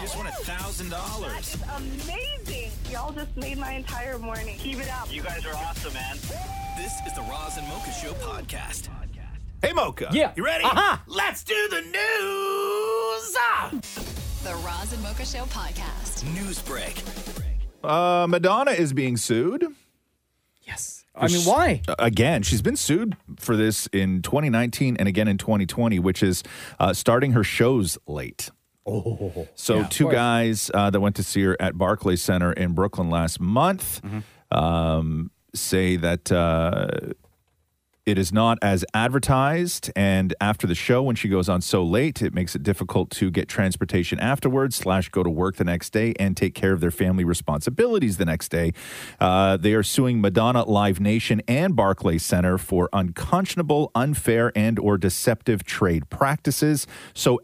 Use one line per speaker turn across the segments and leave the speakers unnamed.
just won a thousand dollars.
It's amazing. Y'all just made my entire morning. Keep it up.
You guys are awesome, man.
This is the Roz and Mocha Show podcast.
Hey, Mocha.
Yeah.
You ready?
Uh-huh.
Let's do the news.
the Roz and Mocha Show podcast.
News break.
Uh, Madonna is being sued.
Yes. I mean, why?
Again, she's been sued for this in 2019 and again in 2020, which is uh, starting her shows late. Oh, so two guys uh, that went to see her at Barclays Center in Brooklyn last month
Mm-hmm.
um, say that uh, it is not as advertised. And after the show, when she goes on so late, it makes it difficult to get transportation afterwards, slash, go to work the next day and take care of their family responsibilities the next day. Uh, they are suing Madonna, Live Nation, and Barclays Center for unconscionable, unfair, and/or deceptive trade practices. So,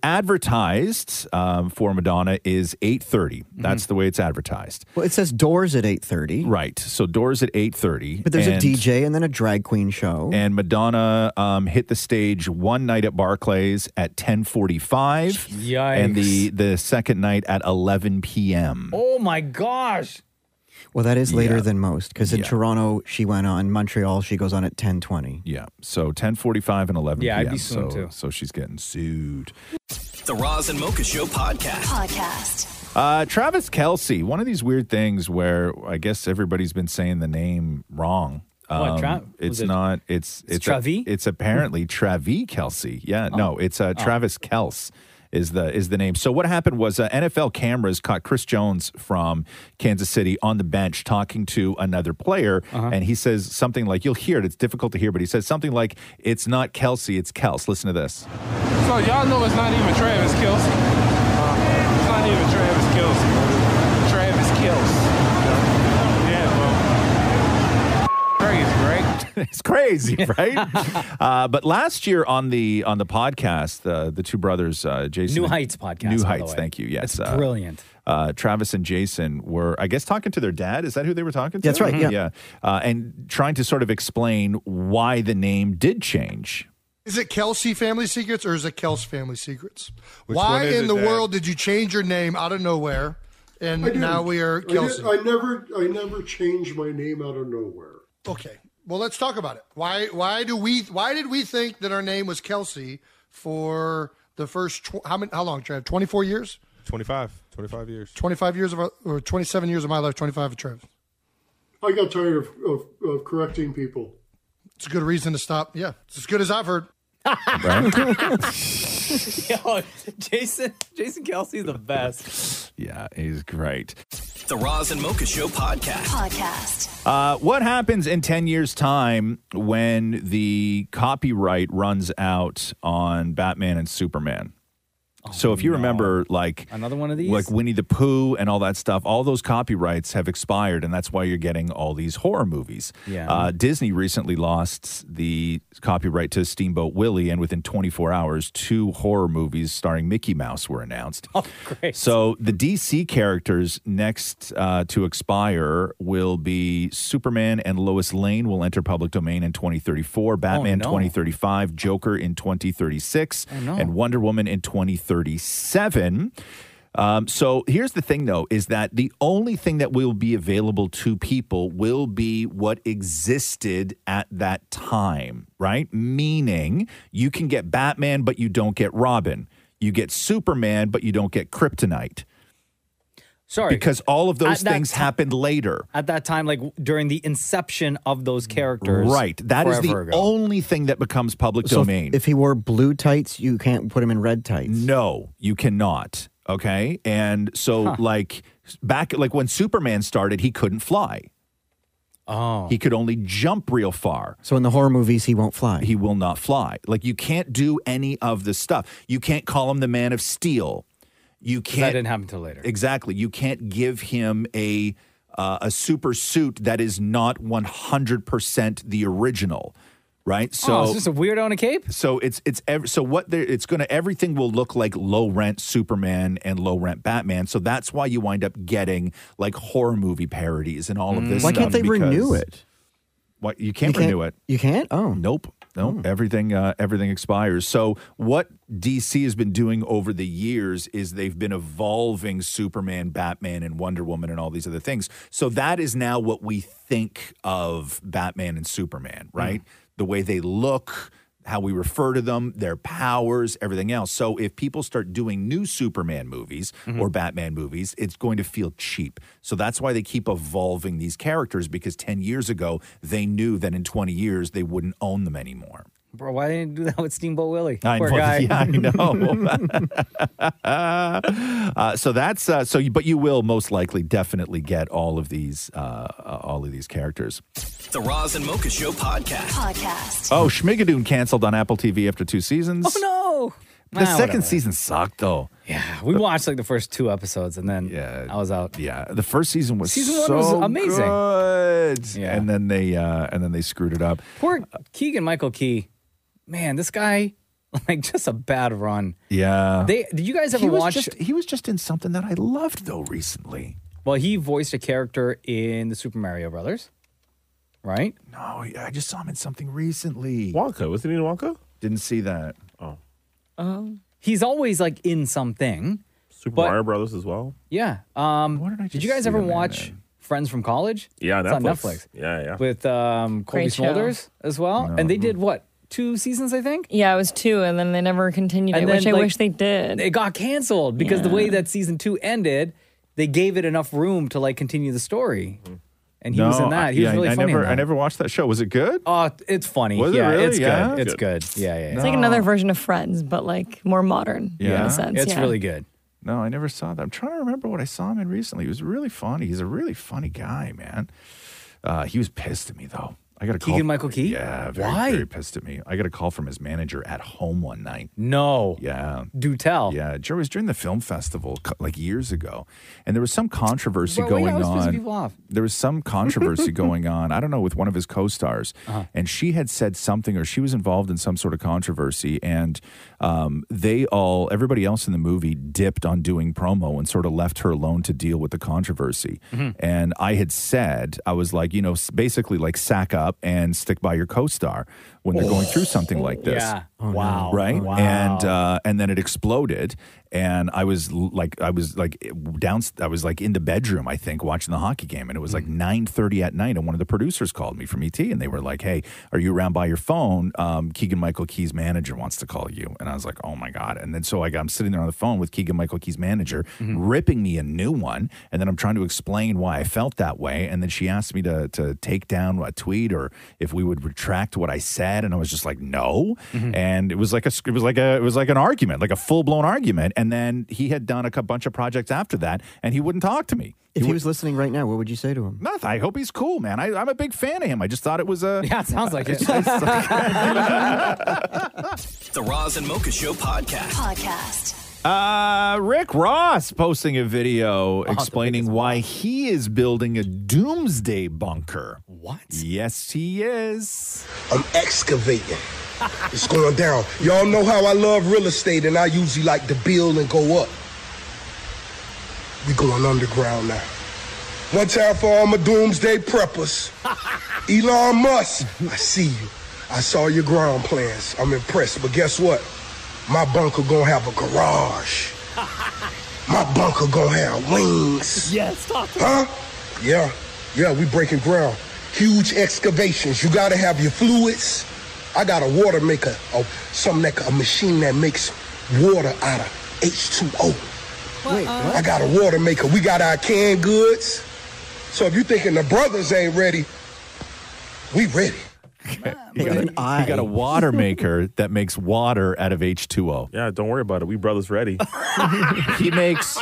advertised um, for Madonna is eight thirty. That's the way it's advertised.
Mm-hmm. Well, it says doors at 8.30,
Right. So doors at eight thirty.
but there's a DJ and then a drag queen show.
and Madonna um, hit the stage one night at Barclays at 10:45,
Yikes.
and the the second night at 11 p.m.
Oh my gosh.
well, that is later
Yeah.
than most because in
Yeah.
Toronto, she went on. Montreal, she goes on at 10.20.
Yeah, so 10:45 and 11
Yeah, I'd
p.m.
be suing
so
too.
so she's getting sued.
The Roz and Mocha Show podcast.
Podcast.
Uh, Travis Kelsey, one of these weird things where I guess everybody's been saying the name wrong. Um,
What, Tra-
it's
was it-
not. It's it's
Travi? Oh.
it's apparently Travi Kelsey. Yeah, no, it's uh, Travis Kels is the is the name. So what happened was uh, NFL cameras caught Chris Jones from Kansas City on the bench talking to another player,
Uh-huh.
and he says something like, "You'll hear it. It's difficult to hear, but he says something like, "It's not Kelsey. It's Kels." Listen to this.
So y'all know it's not even Travis Kelsey. it's not even Travis Kelsey. Travis Kelsey. Yeah, bro. Crazy, right?
it's crazy, right? uh, but last year on the on the podcast, uh, the two brothers, uh, Jason,
New
and-
Heights podcast. by
New
the
Heights.
way.
Thank you. Yes,
That's brilliant.
Uh, Travis and Jason were, I guess, talking to their dad. Is that who they were talking to?
That's right, yeah.
Yeah, uh, and trying to sort of explain why the name did change.
Is it Kelsey Family Secrets or is it Kels Family Secrets?
Which
Why
one is
in
it,
the
Dad?
world did you change your name out of nowhere? And now we are Kelsey.
I never, I never changed my name out of nowhere.
okay. Well, let's talk about it. Why? Why do we? Why did we think that our name was Kelsey for the first tw- how many? How long? Trav? Twenty four years?
25, 25 years.
Twenty five years of our, or twenty seven years of my life? Twenty five of Trav.
I got tired of, of, of correcting people.
It's a good reason to stop. Yeah, it's as good as I've heard.
Yo, Jason, Jason Kelsey's the best.
Yeah, he's great.
The Roz and Mocha Show podcast.
Podcast.
Uh, what happens in 10 years' time when the copyright runs out on Batman and Superman? so if you remember, like
Oh, Another one of these?
like Winnie the Pooh and all that stuff, all those copyrights have expired, and that's why you're getting all these horror movies.
Yeah.
Uh, Disney recently lost the copyright to Steamboat Willie, and within 24 hours, two horror movies starring Mickey Mouse were announced.
Oh, great.
So the DC characters next uh, to expire will be Superman and Lois Lane will enter public domain in 2034, Batman
Oh, no.
2035, Joker in 2036,
no.
and Wonder Woman in 2037. Um, so here's the thing, though, is that the only thing that will be available to people will be what existed at that time, right? Meaning you can get Batman, but you don't get Robin. You get Superman, but you don't get Kryptonite
Sorry.
because all of those
At that
things
ti-
happened later.
at that time, like during the inception of those characters.
Right. That is the
forever ago.
only thing that becomes public
So if-
domain.
if he wore blue tights, you can't put him in red tights.
No, you cannot. Okay. And so, like, back, like when Superman started, he couldn't fly.
Oh.
He could only jump real far.
So in the horror movies, he won't fly.
He will not fly. Like, you can't do any of the stuff. You can't call him the man of steel. you can't.
That didn't happen until later.
Exactly. You can't give him a uh, a super suit that is not 100% the original, right? So
oh, it's just a weirdo in a cape.
so it's it's ev- so what there it's going to everything will look like low rent Superman and low rent Batman. So that's why you wind up getting like horror movie parodies and all of this.
Why can't
stuff
they renew
because-
it?
Why, you can't
You can't-
renew it.
You can't? Oh.
Nope. Nope. Everything uh, everything expires. So what DC has been doing over the years is they've been evolving Superman, Batman, and Wonder Woman and all these other things. So that is now what we think of Batman and Superman,
Hmm.
right? The way they look, how we refer to them, their powers, everything else. So if people start doing new Superman movies
Mm-hmm.
or Batman movies, it's going to feel cheap. So that's why they keep evolving these characters because 10 years ago, they knew that in 20 years, they wouldn't own them anymore.
Bro, why didn't you do that with Steamboat Willie?
I
Poor
know,
guy.
Yeah, I know. uh, so that's uh, so, you, but you will most likely definitely get all of these, uh, uh, all of these characters.
The Roz and Mocha Show podcast.
podcast.
Oh, Schmigadoon canceled on Apple TV after two seasons.
Oh no.
The
Nah,
second
whatever.
season sucked though.
Yeah, we watched like the first two episodes, and then
Yeah.
I was out.
Yeah, the first season was
Season
so
one was amazing.
good.
Yeah.
and then they uh, and then they screwed it up. Uh,
Poor Keegan Michael Key. Man, this guy, like, just a bad run.
Yeah,
They, did you guys ever
Uh, he was
watch?
just he was just in something that I loved though recently.
well, he voiced a character in the Super Mario Brothers, right?
No, I just saw him in something recently.
Wonka. Wasn't he in Wonka? Oh.
Didn't see that.
Um,
He's always like in something.
Super
But-
Mario Brothers as well.
Yeah. Um,
Why did I just
you guys
see
ever
him in
watch
that?
Friends from College?
Yeah,
it's
Netflix.
on Netflix
Yeah, yeah.
with um, Colby
Great show.
Smulders as well, and they did what two seasons, I think.
Yeah, it was two, and then they never continued
And
it,
then,
which I
like-
wish they did.
It got canceled because the way that season two ended, they gave it enough room to like continue the story, and he was in that. He
I,
was really
I
funny. in
never, I
that.
never watched that show. Was it good?
Oh, it's funny.
Was it
yeah,
really?
it's
Yeah?
good. It's good. Yeah, yeah. yeah.
it's like another version of Friends, but like more modern
Yeah.
in a sense.
It's
yeah.
really good.
No, I never saw that. I'm trying to remember what I saw him in recently. He was really funny. He's a really funny guy, man. Uh, he was pissed at me though. I got a call.
Keegan-Michael Key?
Yeah, very,
Why?
very pissed at me. I got a call from his manager at home one night.
No,
Yeah.
do tell.
Yeah, Joe it was during the film festival co- like years ago, and there was some controversy
Bro, wait,
going
I was supposed to
on.
be off.
There was some controversy going on. I don't know with one of his co-stars,
Uh-huh.
and she had said something, or she was involved in some sort of controversy, and um, they all, everybody else in the movie, dipped on doing promo and sort of left her alone to deal with the controversy. And I had said, I was like, you know, s- basically like sack up and stick by your co-star when they're going through something like this
Yeah. wow.
right
Wow.
and uh, and then it exploded and i was l- like i was like down i was like in the bedroom i think watching the hockey game and it was like 9.30 at night and one of the producers called me from et and they were like hey are you around by your phone um, keegan michael key's manager wants to call you and i was like oh my god and then so I, got- i'm sitting there on the phone with keegan michael key's manager ripping me a new one and then i'm trying to explain why i felt that way and then she asked me to, to take down a tweet or if we would retract what i said and i was just like no and it was like a it was like a it was like an argument like a full-blown argument and then he had done a cou- bunch of projects after that and he wouldn't talk to me
If he was listening right now, what would you say to him?
Nothing. I hope he's cool, man. I, I'm a big fan of him. I just thought it was a.
Yeah, it sounds like it.
The Roz and Mocha Show podcast.
Podcast.
Uh, Rick Ross posting a video explaining why he is building a doomsday bunker.
what?
Yes, he is.
I'm excavating. It's going down. Y'all know how I love real estate, and I usually like to build and go up. We going underground now. One time for all my doomsday preppers. Elon Musk, I see you. I saw your ground plans. I'm impressed. But guess what? My bunker gonna have a garage. My bunker gonna have wings. Yes, Huh? Yeah, yeah, we breaking ground. Huge excavations. You gotta have your fluids. I got a water maker, or something like a machine that makes water out of H2O.
Wait, what?
I got a water maker. We got our canned goods. So if you thinking the brothers ain't ready, we ready.
He got, a,
With an eye.
he got a water maker that makes water out of H2O.
yeah, don't worry about it. We brothers ready.
He makes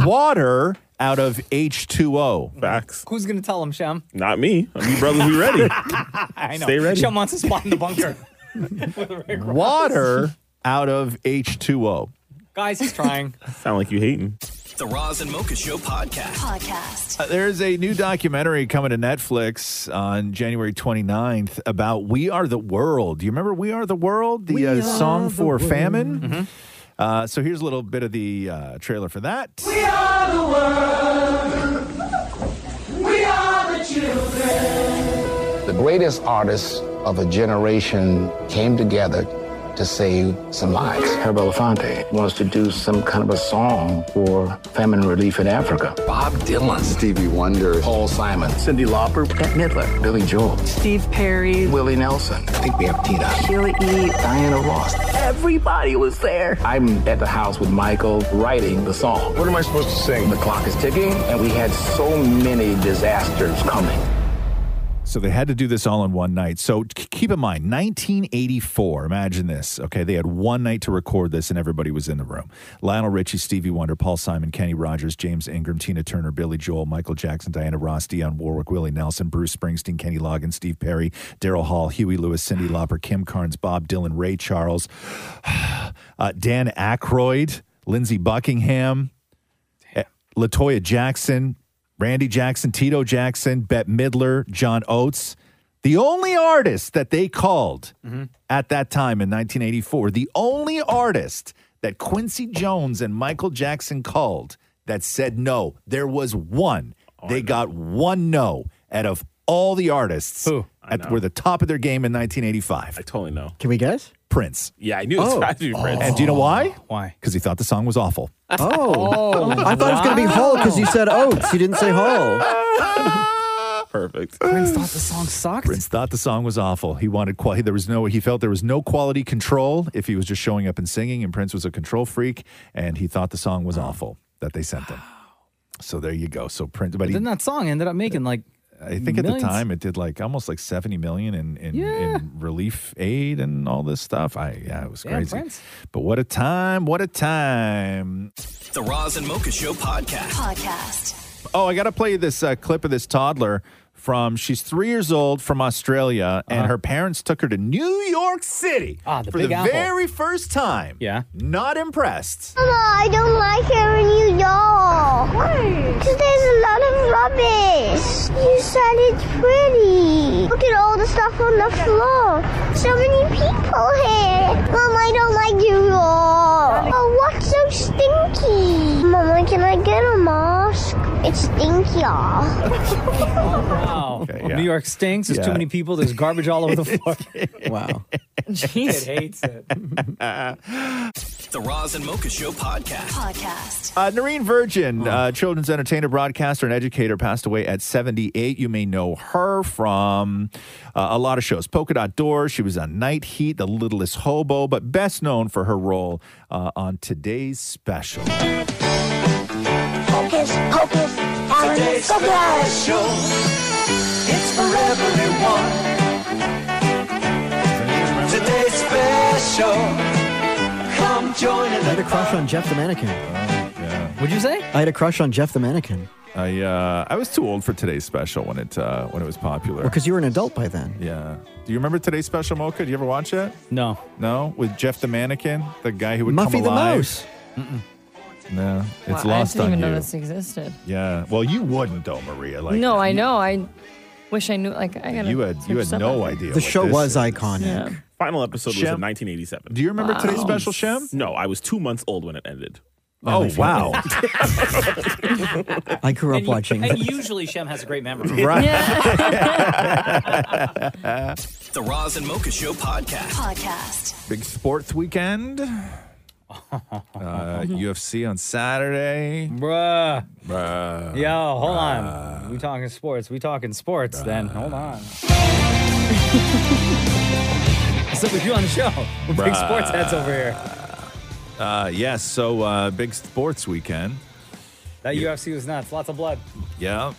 water out of H2O.
Facts.
Who's gonna tell him, Shem?
Not me. We brothers, we ready.
I know.
Stay ready.
Shem wants a spot in the bunker.
Water out of H2O.
Guys, he's trying.
Sound like you hating.
The Roz and Mocha Show podcast.
Podcast.
Uh, there is a new documentary coming to Netflix on January 29th about We Are the World. Do you remember We Are the World? The uh, song for famine? Uh, so here's a little bit of the uh, trailer for that.
We are the world. We are the children.
The greatest artists of a generation came together to save some lives. Herb Elefante wants to do some kind of a song for famine relief in Africa. Bob Dylan, Stevie Wonder, Paul Simon, Cindy Lauper, Bette Midler, Billy Joel, Steve Perry, Willie Nelson. I think we have Tina, Sheila E., Diana Ross. Everybody was there. I'm at the house with Michael writing the song. What am I supposed to sing? The clock is ticking, and we had so many disasters coming.
So they had to do this all in one night. So k- keep in mind, 1984. Imagine this. Okay, they had one night to record this, and everybody was in the room. Lionel Richie, Stevie Wonder, Paul Simon, Kenny Rogers, James Ingram, Tina Turner, Billy Joel, Michael Jackson, Diana Ross, Dionne Warwick, Willie Nelson, Bruce Springsteen, Kenny Loggins, Steve Perry, Daryl Hall, Huey Lewis, Cindy Lauper, Kim Carnes, Bob Dylan, Ray Charles, uh, Dan Aykroyd, Lindsey Buckingham, eh, Latoya Jackson, Randy Jackson, Tito Jackson, Bette Midler, John Oates. The only artist that they called at that time in 1984, the only artist that Quincy Jones and Michael Jackson called that said no, there was one. they got one no out of all the artists that were the top of their game in 1985. I totally know.
Can we guess?
Prince.
Yeah, I knew. Oh. I knew Prince.
And do you know why?
Why?
Because he thought the song was awful.
Oh. I thought it was going to be Hall because you said Oates. You didn't say Hall.
Perfect.
Prince thought the song sucked.
Prince thought the song was awful. He wanted quality. There was no. He felt there was no quality control if he was just showing up and singing. And Prince was a control freak, and he thought the song was awful that they sent him. So there you go. So Prince, but
But
he,
then that song ended up making like
I think at the
millions.
time it did like almost like seventy million in in, in relief aid and all this stuff. I yeah, it was
Damn,
crazy.
Prince.
But what a time! What a time!
The Roz and Mocha Show podcast.
Podcast.
Oh, I got to play you this uh, clip of this toddler from. She's three years old from Australia, and her parents took her to New York City for
Big
the
Apple.
very first time. Yeah, not impressed.
Mama, I don't like it when you yawn. Because there's a lot of rubbish. You said it's pretty. Look at all the stuff on the floor. So many people here. Mom, I don't like you yawn. Oh, what's so stinky? Mama, can I get a mask? It's stinky.
wow. New York stinks. There's too many people. There's garbage all over the floor. wow.
Jeez.
It hates it.
The Roz and Mocha Show podcast.
Podcast.
Uh, Noreen Virgin,
Hmm.
uh, children's entertainer, broadcaster, and educator, passed away at 78. You may know her from uh, a lot of shows. Polka Dot Door, she was on Night Heat, The Littlest Hobo, but best known for her role uh, on today's special.
Hocus pocus, Alan special. It's for everyone. Today's special. Come join
I had a crush on Jeff the
Oh,
Mannequin.
What'd you say?
I had a crush on Jeff the Mannequin.
I uh, I was too old for today's special when it uh, when it was popular.
Well, because you were an adult by then.
yeah. Do you remember today's special, Mocha? Do you ever watch it?
No.
No? With Jeff the Mannequin, the guy who would
Muffy
come
the
alive?
Mouse.
No, it's
Wow,
lost
I didn't
on
even
you.
know this existed.
Yeah. Well, you wouldn't, though, Maria. Like
no, I know. I wish I knew. Like I gotta.
you had you had
search
no
that.
idea.
The show was iconic.
Yeah.
Final episode was
Shem-
in 1987.
Do you remember today's Wow. special,
Shem? No, I was two months old when it ended.
Oh, Oh, wow.
I grew up
And you-
watching.
And usually Shem has a great memory.
Right.
The Roz and Mocha Show podcast.
Podcast.
Big sports weekend. Uh, UFC on Saturday.
Bruh.
Bruh.
Yo, hold on. We talking sports. We talking sports then. Hold on. That's what we do on the show. We're big
Bruh.
sports heads over here.
Uh, yes. So uh, big sports weekend.
That
Yeah.
UFC was nuts. Lots of blood.
Yeah.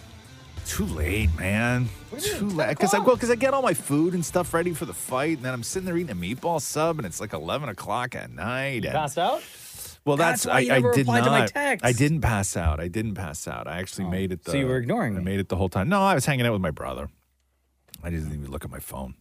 Too late, man. Too late. Because I well, because I get all my food and stuff ready for the fight, and then I'm sitting there eating a meatball sub, and it's like eleven o'clock at night.
You
and-
passed out?
Well, that's,
That's why you
I,
never
I did
replied
not.
to my text. Oh.
I didn't pass out. I didn't pass out. I actually made it. The,
So you were ignoring
I made it the whole time. No, I was hanging out with my brother. I didn't even look at my phone.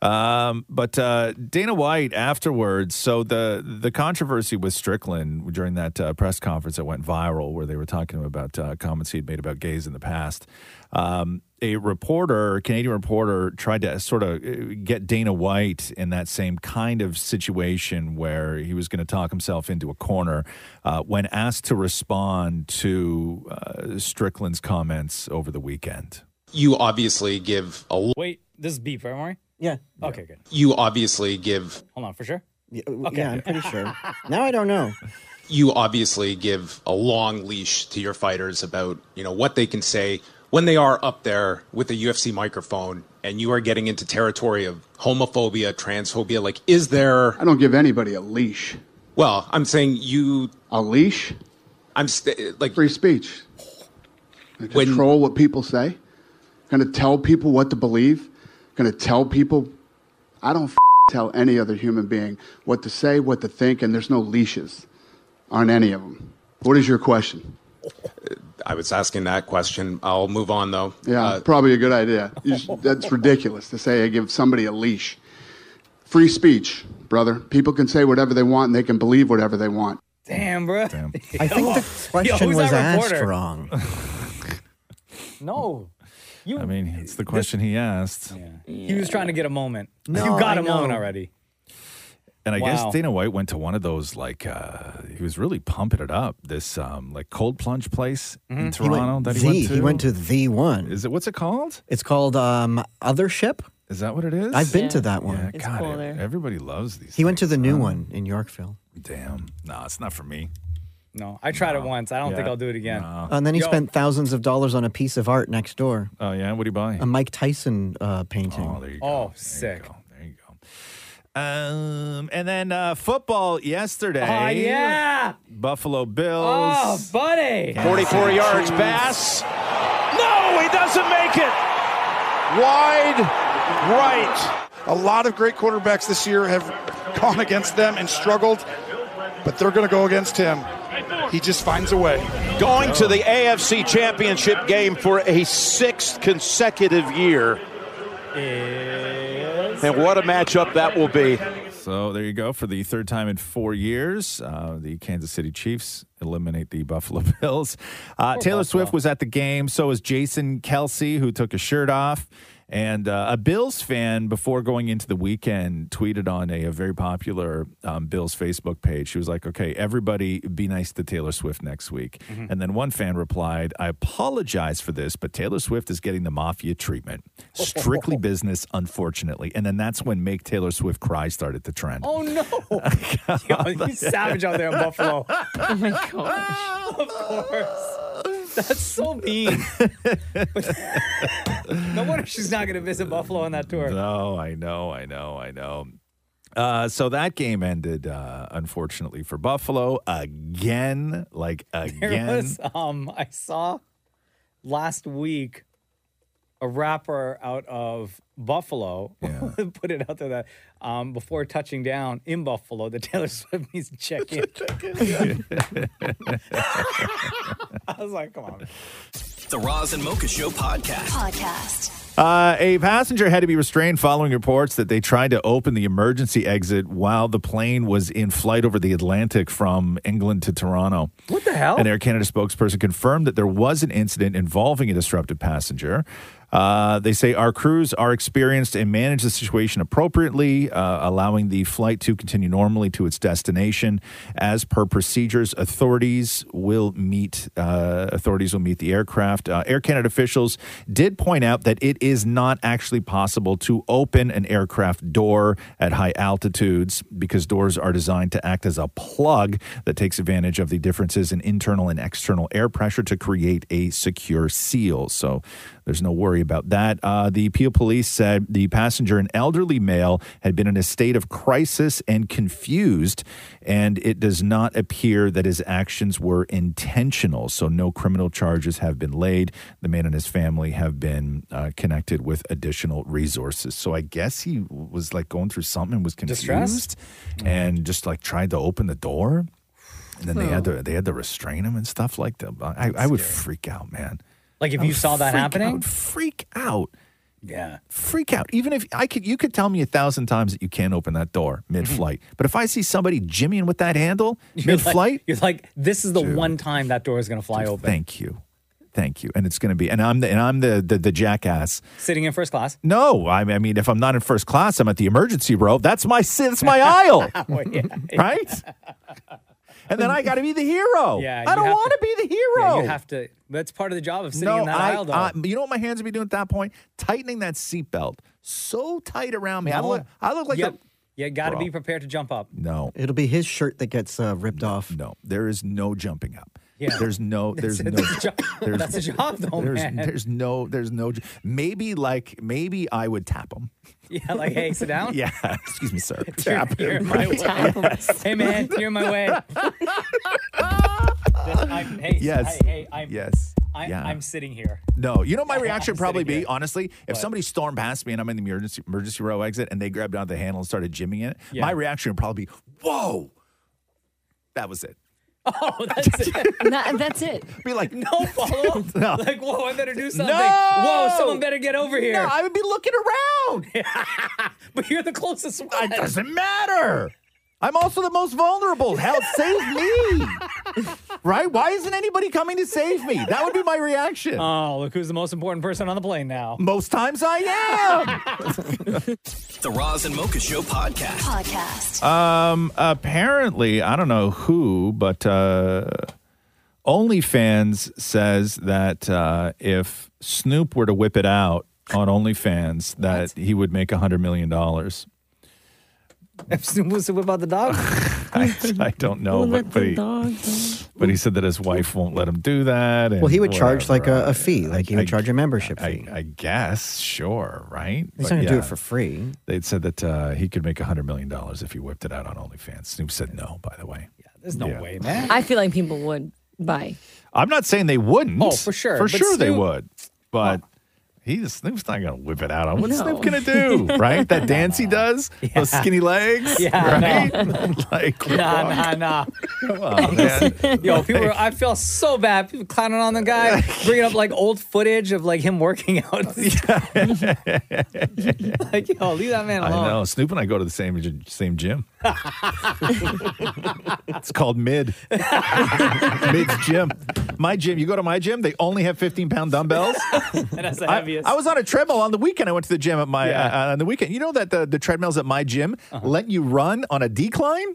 Um, but uh, Dana White afterwards. So the the controversy with Strickland during that uh, press conference that went viral, where they were talking about uh, comments he had made about gays in the past. Um, a reporter, Canadian reporter, tried to sort of get Dana White in that same kind of situation where he was going to talk himself into a corner uh, when asked to respond to uh, Strickland's comments over the weekend.
You obviously give a l-
Wait, this is beep, right, Maury? Yeah. Okay, good.
You obviously give
Hold on, for sure. Oh,
Yeah, yeah, I'm pretty sure. Now I don't know.
you obviously give a long leash to your fighters about you know what they can say when they are up there with a UFC microphone and you are getting into territory of homophobia, transphobia. Like, is there? I don't give anybody a leash. Well, I'm saying you a leash. I'm st- like free speech.
control what people say? Going to tell people what to believe? Going to tell people? I don't f- tell any other human being what to say, what to think, and there's no leashes on any of them. What is your question?
I was asking that question. I'll move on though.
Yeah, probably a good idea. You sh- that's ridiculous to say I give somebody a leash. Free speech, brother. People can say whatever they want and they can believe whatever they want.
Damn, bro.
I think the question was asked wrong.
No. You,
I mean, it's the question he asked.
he was trying to get a moment.
No,
you got
I
a moment
know.
already.
And I
Wow.
guess Dana White went to one of those like uh, he was really pumping it up. This um, like cold plunge place in
Mm-hmm. He went
Mm-hmm. Toronto that
the,
he went to.
He went to the one.
Is it what's it called?
It's called um, Othership.
Is that what it is?
I've been to that one.
Yeah, God, ev- everybody loves these.
He went to the new
huh?
one in Yorkville.
Damn, no, it's not for me.
No, I tried it once. I don't think
Yeah.
I'll do it again.
and then he
Yo,
spent thousands of dollars on a piece of art next door.
uh, Oh yeah, what do you buy?
A Mike Tyson uh, painting.
Oh, sick.
Um, and then uh, football yesterday.
Oh, yeah.
Buffalo Bills.
Oh, buddy.
44 yards pass. No, he doesn't make it. Wide right. A lot of great quarterbacks this year have gone against them and struggled, but they're going to go against him. He just finds a way.
Going to the AFC Championship game for a sixth consecutive year. And what a matchup that will be.
So there you go. For the third time in four years, uh, the Kansas City Chiefs eliminate the Buffalo Bills. Uh, Taylor Swift was at the game. So was Jason Kelsey, who took his shirt off. And uh, a Bills fan, before going into the weekend, tweeted on a, a very popular um, Bills Facebook page. She was like, okay, everybody be nice to Taylor Swift next week. And then one fan replied, I apologize for this, but Taylor Swift is getting the mafia treatment. Strictly business, unfortunately. And then that's when Make Taylor Swift Cry started to trend.
Oh no! Oh, Yo, you savage out there in Buffalo. Oh my gosh! Of course. That's so mean. But no wonder she's not going to visit Buffalo on that tour.
No, I know, I know, I know. Uh, so that game ended, uh, unfortunately, for Buffalo again. Like
There
again.
was um, I saw last week a rapper out of Buffalo put it out there that um, before touching down in Buffalo, the Taylor Swift needs to check in. I was like, come on.
The Roz and Mocha Show podcast.
Podcast.
Uh, a passenger had to be restrained following reports that they tried to open the emergency exit while the plane was in flight over the Atlantic from England to Toronto.
What the hell?
An Air Canada spokesperson confirmed that there was an incident involving a disrupted passenger. Uh, they say our crews are experienced and manage the situation appropriately, uh, allowing the flight to continue normally to its destination. As per procedures, authorities will meet uh, authorities will meet the aircraft. Uh, Air Canada officials did point out that it is not actually possible to open an aircraft door at high altitudes because doors are designed to act as a plug that takes advantage of the differences in internal and external air pressure to create a secure seal. So there's no worry about that. Uh, the Peel police said the passenger, an elderly male, had been in a state of crisis and confused, and it does not appear that his actions were intentional. So no criminal charges have been laid. The man and his family have been uh, connected with additional resources. So I guess he was like going through something and was confused
Distressed?
and just like tried to open the door. And then they had
Oh.
to they had to restrain him and stuff like that. I, I would freak out, man.
Like if
I
you
would
saw that
freak
happening?
out, freak out.
Yeah.
Freak out. Even if I could, you could tell me a thousand times that you can't open that door mid flight. but if I see somebody jimmying with that handle
You're
mid
like-
flight,
you're like, this is the one time that door is going to fly open.
thank you. Thank you. And it's going to be, and I'm the, and I'm the, the, the jackass.
Sitting in first class.
No, I mean, I mean, if I'm not in first class, I'm at the emergency row. That's my, that's my aisle.
Well, yeah.
right? And then I got to be the hero.
Yeah,
I
you
don't
have
want to be the hero.
Yeah, you have to. That's part of the job of sitting
no,
in that
I,
aisle, though.
I- you know what my hands would be doing at that point? Tightening that seatbelt so tight around me. I
No.
look, I look like
Yep.
a
You got to
Bro.
be prepared to jump up.
no.
It'll be his shirt that gets uh, ripped off.
No, there is no jumping up.
Yeah.
There's no. There's no.
That's- that's a job-
there's-
that's a job, though,
There's,
man.
there's no. There's no. ju- Maybe like maybe I would tap him.
Yeah, like, hey, sit down.
Yeah. Excuse me, sir.
You're-
tap
you're in
him.
my way.
Yes.
Hey, man, you're in my way. I'm, hey,
Yes.
I, hey, I'm,
Yes.
I,
Yeah.
I'm sitting here.
No, you know what my
Yeah,
reaction
Oh, I'm
would probably
sitting
be
here.
honestly if
What?
somebody stormed past me and I'm in the emergency emergency row exit and they grabbed onto the handle and started jimmying it.
Yeah.
My reaction would probably be, "Whoa, that was it."
Oh, that's it.
That- that's it.
Be like,
no follow up.
No.
Like, whoa, I better do something.
No!
Whoa, someone better get over here.
No, I would be looking around.
but you're the closest one.
It doesn't matter. I'm also the most vulnerable. Hell, save me. right? Why isn't anybody coming to save me? That would be my reaction.
Oh, look who's the most important person on the plane now.
Most times I am.
The Roz and Mocha Show podcast.
Podcast.
Um, apparently, I don't know who, but uh, OnlyFans says that uh, if Snoop were to whip it out on OnlyFans, that he would make a hundred million dollars.
If someone was to whip out the dog.
I, I don't know, but, but, he, but he said that his wife won't let him do that.
Well, he would charge like
whatever.
a, a fee. Like he would charge a membership
I,
fee.
I guess, sure, right?
He's
But
not gonna do
yeah,
it for free.
They'd said that uh, he could make a hundred million dollars if he whipped it out on OnlyFans. Snoop said no, by the way. Yeah,
there's no way, man.
I feel like people would buy.
I'm not saying they wouldn't.
Oh, for sure.
For
But
sure they
Snoop-
would. But he's Snoop's not gonna whip it out on what's
No.
Snoop gonna do, right? That dance he does, those skinny legs,
Yeah,
right?
no.
like, come on.
Nah, nah, nah.
on, man.
Yo, people, were, I feel so bad. People clowning on the guy, bringing up like old footage of like him working out. like, yo, leave that man
I
alone.
know. Snoop and I go to the same gy- same gym. it's called Mid. Mid's gym. My gym. You go to my gym. They only have 15 pound dumbbells.
And that's the
I,
heaviest.
I was on a treadmill on the weekend. I went to the gym at my
Yeah.
uh, on the weekend. You know that the, the treadmills at my gym let you run on a decline.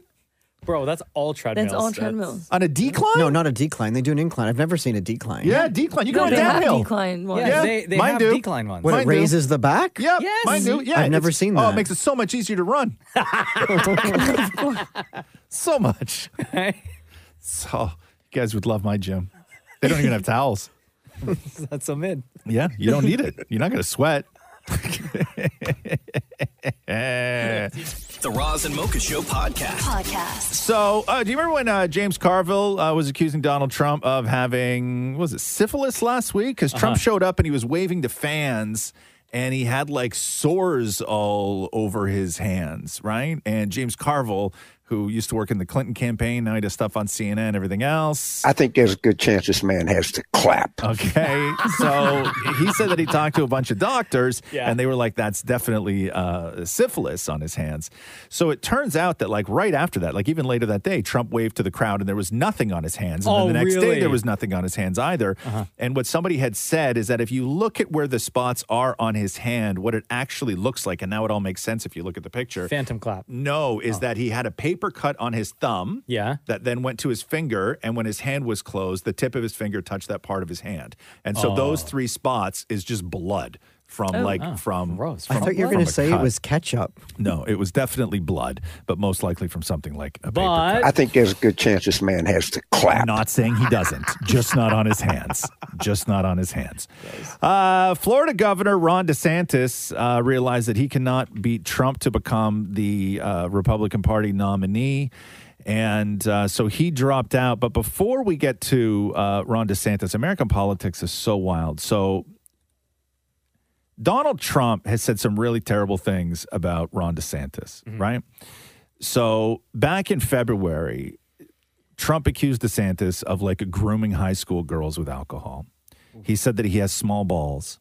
Bro, that's all treadmills.
That's all treadmills.
On a decline?
No, not a decline. They do an incline. I've never seen a decline.
Yeah, decline. You go
No, they have
downhill.
decline ones.
Yeah, they, they
mine
have
do.
decline ones.
When
Mine
it
do.
raises the back?
Yeah,
Yes.
mine do. Yeah,
I've never
it's-
seen
Oh, it
that.
makes it so much easier to run. so much. So you guys would love my gym. They don't even have towels.
that's so mid.
Yeah, you don't need it. You're not going to sweat. Eh.
The Roz and Mocha Show podcast.
Podcast.
so, uh, do you remember when uh, James Carville uh, was accusing Donald Trump of having, what was it syphilis last week? Because Trump showed up and he was waving to fans and he had like sores all over his hands, right? And James Carville, who used to work in the Clinton campaign, now he does stuff on CNN, everything else.
I think there's a good chance this man has to clap.
Okay. So he said that he talked to a bunch of doctors
Yeah.
and they were like, that's definitely uh, syphilis on his hands. So it turns out that, like, right after that, like, even later that day, Trump waved to the crowd and there was nothing on his hands. And
Oh,
then the next day,
really?
there was nothing on his hands either.
Uh-huh.
And what somebody had said is that if you look at where the spots are on his hand, what it actually looks like, and now it all makes sense if you look at the picture.
Phantom clap.
No,
Oh.
is that he had a paper cut on his thumb.
Yeah.
That then went to his finger, and when his hand was closed, the tip of his finger touched that part of his hand, and so those
Oh.
three spots is just blood from
Oh.
like
Oh,
from.
I
from-
thought you were
from
going
a
to say
cut.
it was ketchup.
No, it was definitely blood, but most likely from something like a paper
I think there's a good chance this man has to clap.
I'm not saying he doesn't, just not on his hands. Just not on his hands. Uh, Florida Governor Ron DeSantis uh, realized that he cannot beat Trump to become the uh, Republican Party nominee. And uh, so he dropped out. But before we get to uh, Ron DeSantis, American politics is so wild. So Donald Trump has said some really terrible things about Ron DeSantis, right? So back in February, Trump accused DeSantis of like
Oh,
grooming high school girls with alcohol. He said that he has small balls.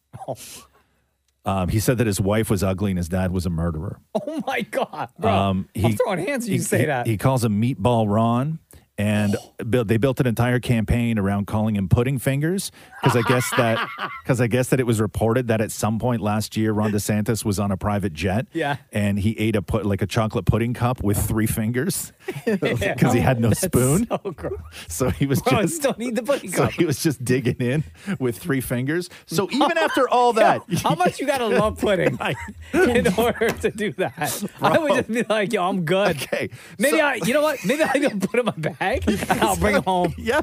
Um, he said that his wife was ugly and his dad was a murderer. Um,
Oh my God, bro! I'm throwing hands. when
he-
You say
he-
that.
He calls him Meatball Ron. And built, they built an entire campaign around calling him Pudding Fingers because I guess that because I guess that it was reported that at some point last year Ron DeSantis was on a private jet,
Yeah.
and he ate a put like a chocolate pudding cup with three fingers because he had no
That's
spoon.
So gross.
So he was
Bro, I
just
still need the pudding
so
cup.
he was just digging in with three fingers. So even after all that,
how much you gotta love pudding in order to do that? I would just be like, yo, I'm good.
Okay,
maybe I, you know what? Maybe I can put it in my bag. and I'll bring it home.
yeah,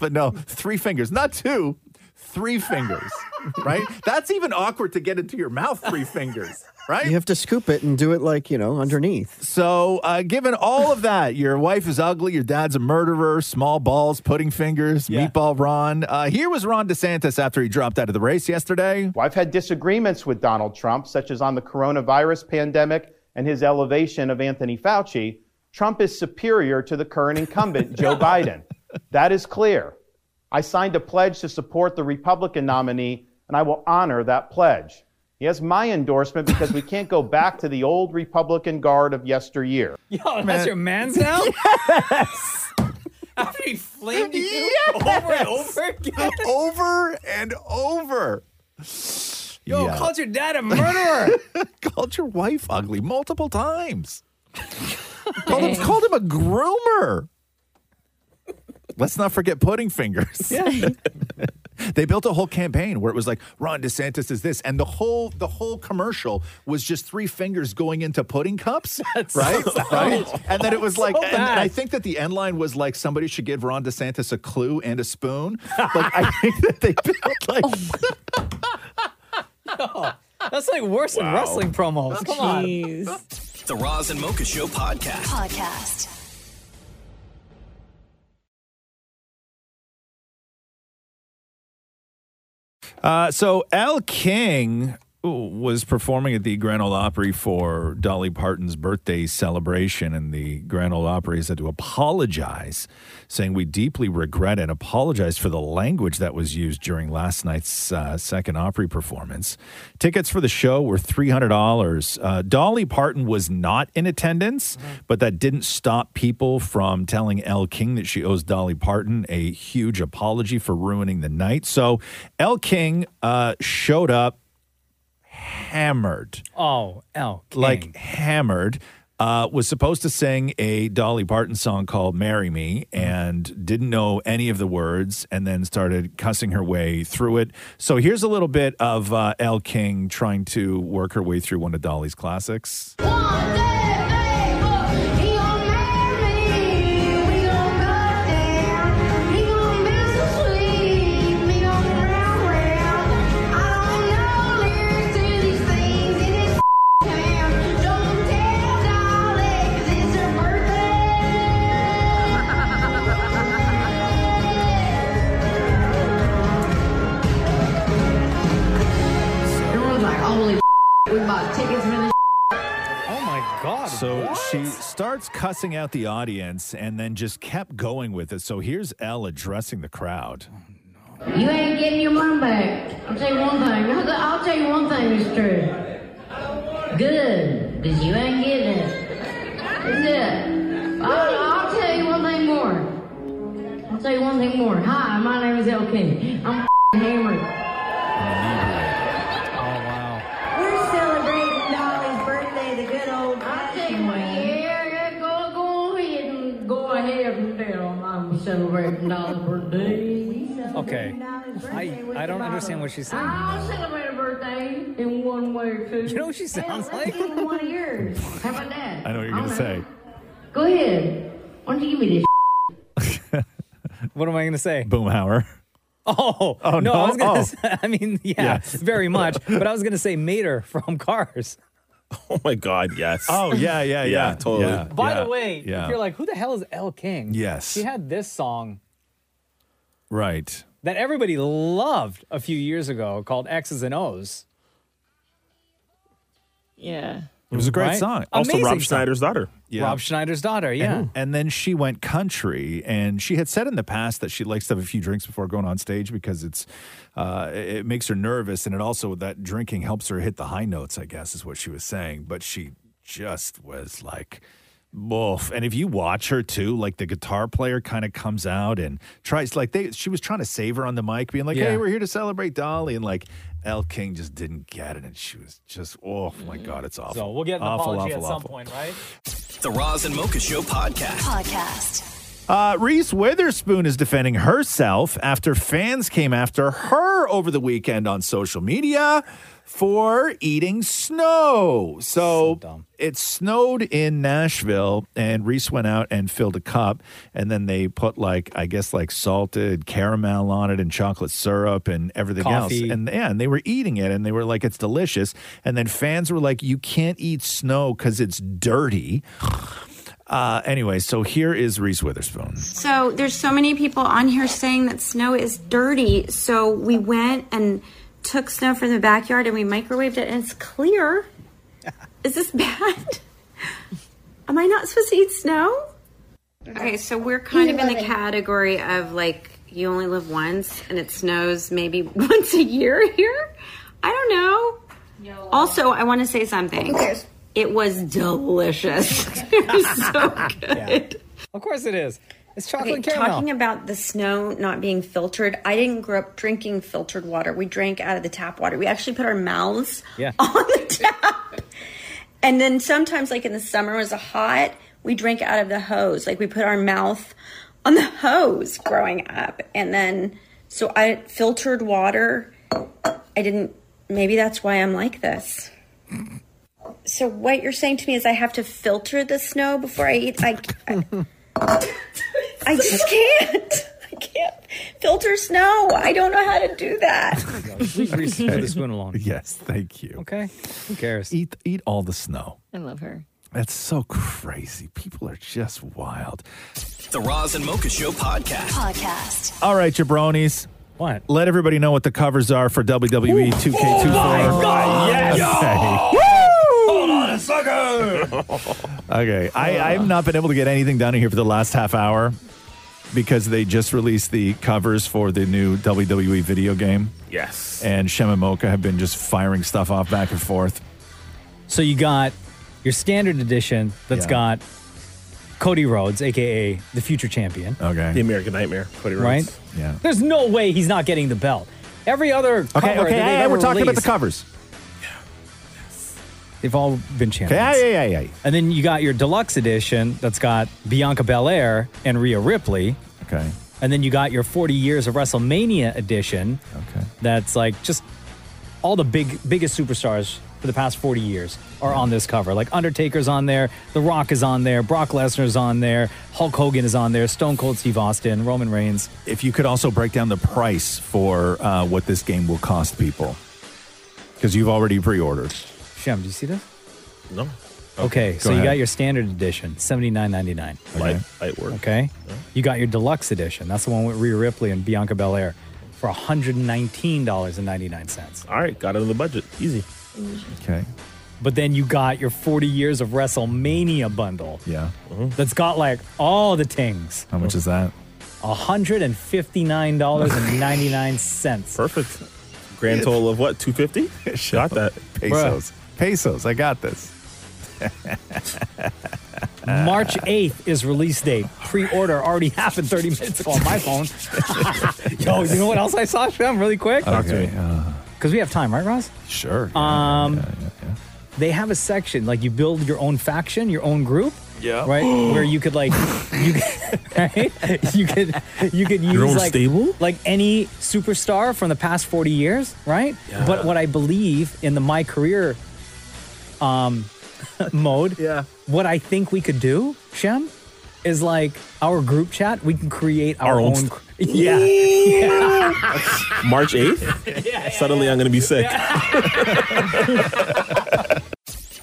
but no, three fingers, not two, three fingers, right? That's even awkward to get into your mouth. Three fingers, right?
You have to scoop it and do it like you know underneath.
So, uh, given all of that, your wife is ugly, your dad's a murderer, small balls, pudding fingers, meatball Ron. Uh, here was Ron DeSantis after he dropped out of the race yesterday.
Well, I've had disagreements with Donald Trump, such as on the coronavirus pandemic and his elevation of Anthony Fauci. Trump is superior to the current incumbent, Joe Biden. That is clear. I signed a pledge to support the Republican nominee, and I will honor that pledge. He has my endorsement because we can't go back to the old Republican guard of yesteryear.
Yo, that's your man's now? yes. After he flamed you over and over again.
Over and over.
Yo,
Yeah.
called your dad a murderer.
called your wife ugly multiple times. called, him, called him a groomer. Let's not forget pudding fingers. they built a whole campaign where it was like Ron DeSantis is this, and the whole the whole commercial was just three fingers going into pudding cups, right? right? And then it was
So
like, and
bad.
I think that the end line was like somebody should give Ron DeSantis a clue and a spoon. like I think that they built like
Yo, that's like worse than wrestling promos. Come on.
The Roz and Mocha Show podcast.
Podcast.
Uh, so Al King was performing at the Grand Ole Opry for Dolly Parton's birthday celebration, and the Grand Ole Opry has had to apologize, saying we deeply regret and apologize for the language that was used during last night's uh, second Opry performance. Tickets for the show were three hundred dollars. Uh, Dolly Parton was not in attendance, but that didn't stop people from telling Elle King that she owes Dolly Parton a huge apology for ruining the night. So Elle King uh, showed up hammered,
Oh, L.
like hammered. Uh, was supposed to sing a Dolly Parton song called Marry Me and didn't know any of the words and then started cussing her way through it. So here's a little bit of uh, Elle King trying to work her way through one of Dolly's classics.
Everyone's like, "Oh, holy we bought tickets for this
Oh my God.
So she starts cussing out the audience and then just kept going with it. So here's Elle addressing the crowd.
You ain't getting your money back. I'll tell you one thing. I'll, I'll tell you one thing is true. Good, because you ain't getting it. Good. I'll, I'll tell you one thing more. I'll tell you one thing more. Hi, my name is LK. I'm hammered.
We're celebrating Dolly's birthday the good old fashioned way.
Yeah, yeah, go, go ahead and go ahead and tell 'em I'm celebrating Dollar Birthday.
Okay. I, I don't understand what she's saying.
I'll celebrate a birthday in one way or two. You know what she sounds like? one of yours. How about that?
I know what you're going to say.
Go ahead. Why don't you give me this?
What am I going to say?
Boomhauer.
Oh,
Oh,
no. I, was
no?
gonna
Oh.
say, I mean, yeah,
Yes.
very much. But I was going to say Mater from Cars.
Oh my God, yes.
Oh, yeah, yeah, yeah,
totally.
yeah.
By the way,
yeah.
if you're like, who the hell is L King?
Yes.
She had this song
Right.
that everybody loved a few years ago called X's and O's.
Yeah.
It was a great
Right?
song.
Also Amazing Rob song.
Schneider's daughter.
Rob Schneider's daughter, yeah.
And, and then she went country, and she had said in the past that she likes to have a few drinks before going on stage because it's uh, it it makes her nervous, and it also that drinking helps her hit the high notes. I guess is what she was saying, but she just was like. Woof. And if you watch her too, like the guitar player kind of comes out and tries like they she was trying to save her on the mic, being like,
Yeah.
Hey, we're here to celebrate Dolly. And like L King just didn't get it. And she was just, oh my God, it's awful.
Mm. So we'll get an
awful,
apology
awful,
at some
awful.
point, right?
The Roz and Mocha Show podcast.
Podcast.
Uh, Reese Witherspoon is defending herself after fans came after her over the weekend on social media for eating snow. So, it snowed in Nashville, and Reese went out and filled a cup, and then they put like I guess like salted caramel on it and chocolate syrup and everything
Coffee.
else, and yeah, and they were eating it, and they were like it's delicious, and then fans were like you can't eat snow because it's dirty. Uh, anyway, so here is Reese Witherspoon.
So there's so many people on here saying that snow is dirty. So we went and took snow from the backyard and we microwaved it and it's clear. Is this bad? Am I not supposed to eat snow? Okay, so we're kind of in the category of like you only live once and it snows maybe once a year here. I don't know. Also, I want to say something. It was delicious. it was so good.
Of course it is. It's chocolate
Okay,
and caramel.
Talking about the snow not being filtered, I didn't grow up drinking filtered water. We drank out of the tap water. We actually put our mouths
Yeah.
and then sometimes, like in the summer, when it was hot. We drank out of the hose. Like we put our mouth on the hose growing up, and then so I filtered water. I didn't. Maybe that's why I'm like this. So what you're saying to me is I have to filter the snow before I eat. I, I, I just can't. I can't filter snow. I don't know how to do that.
Leave Reese
Okay.
Witherspoon alone.
Yes, thank you.
Okay. Who cares?
Eat eat all the snow.
I love her.
That's so crazy. People are just wild.
The Roz and Mocha Show podcast.
Podcast.
All right, jabronis.
What? oh
Let everybody know what the covers are for E WWE 2K24. Okay.
Hold on a
second. Okay, I, I've not been able to get anything done here for the last half hour because they just released the covers for the new WWE video game.
Yes.
And Shem and Mocha have been just firing stuff off back and forth.
So you got your standard edition that's
Yeah.
got Cody Rhodes, aka the future champion.
Okay.
The American Nightmare. Cody Rhodes.
Right?
Yeah.
There's no way he's not getting the belt. Every other cover
Okay, okay,
that
hey,
they've
hey,
ever
we're talking about the
released,
covers.
They've all been champions.
Okay, yeah, yeah, yeah.
And then you got your deluxe edition that's got Bianca Belair and Rhea Ripley.
Okay.
And then you got your 40 years of WrestleMania edition.
Okay.
That's like just all the big biggest superstars for the past 40 years are on this cover. Like Undertaker's on there, The Rock is on there, Brock Lesnar's on there, Hulk Hogan is on there, Stone Cold Steve Austin, Roman Reigns.
If you could also break down the price for uh, what this game will cost people, because you've already pre-ordered.
Shem, do you see this?
No.
Okay,
Go
so you
ahead.
got your standard edition, seventy nine ninety nine.
Light, light work.
Okay, you got your deluxe edition. That's the one with Rhea Ripley and Bianca Belair for one hundred nineteen dollars and ninety nine cents.
All right, got it in the budget, easy.
Okay,
but then you got your forty years of WrestleMania bundle.
Yeah,
Mm-hmm.
that's got like all the tings.
How much is that?
One hundred and fifty nine dollars and ninety nine cents.
Perfect. Grand total of what? Two fifty. Got that.
Pesos. Pesos. I got this. Uh,
March 8th is release date. Pre order already happened 30 minutes ago on my phone. Yo, you know what else I saw, Shem, really quick?
Okay, uh,
Because we have time, right, Ross?
sure.
Um, They have a section like you build your own faction, your own group.
Yeah.
Right, where you could like, you could, right? you could you could use
Your own
like
stable?
like any superstar from the past forty years, right?
Yeah.
But what I believe in the my career, um, mode, yeah. What I think we could do, Shem, is like our group chat. We can create our,
Our own
own.
st-
cr- yeah. yeah.
March eighth. Suddenly, I'm going to be sick.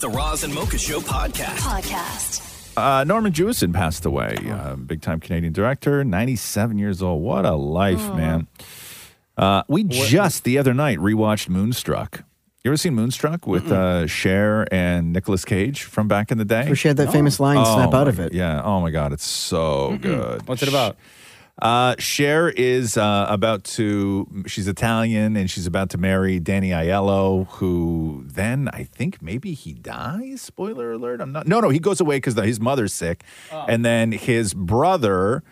The Roz and Mocha Show podcast.
Podcast.
Uh, Norman Jewison passed away.
Oh.
Uh, Big time Canadian director, 97 years old. What a life,
Aw.
man. Uh, we just the other night rewatched Moonstruck. You ever seen Moonstruck with uh, Cher and Nicolas Cage from back in the day? Oh
Where she had that famous line, "Snap out
my-
of it."
Yeah. Oh my God, it's so good.
What's it about?
Uh, Cher is uh, about to. She's Italian and she's about to marry Danny Aiello, who then I think maybe he dies. Spoiler alert. I'm not. No, no, he goes away because his mother's sick,
Oh.
and then his brother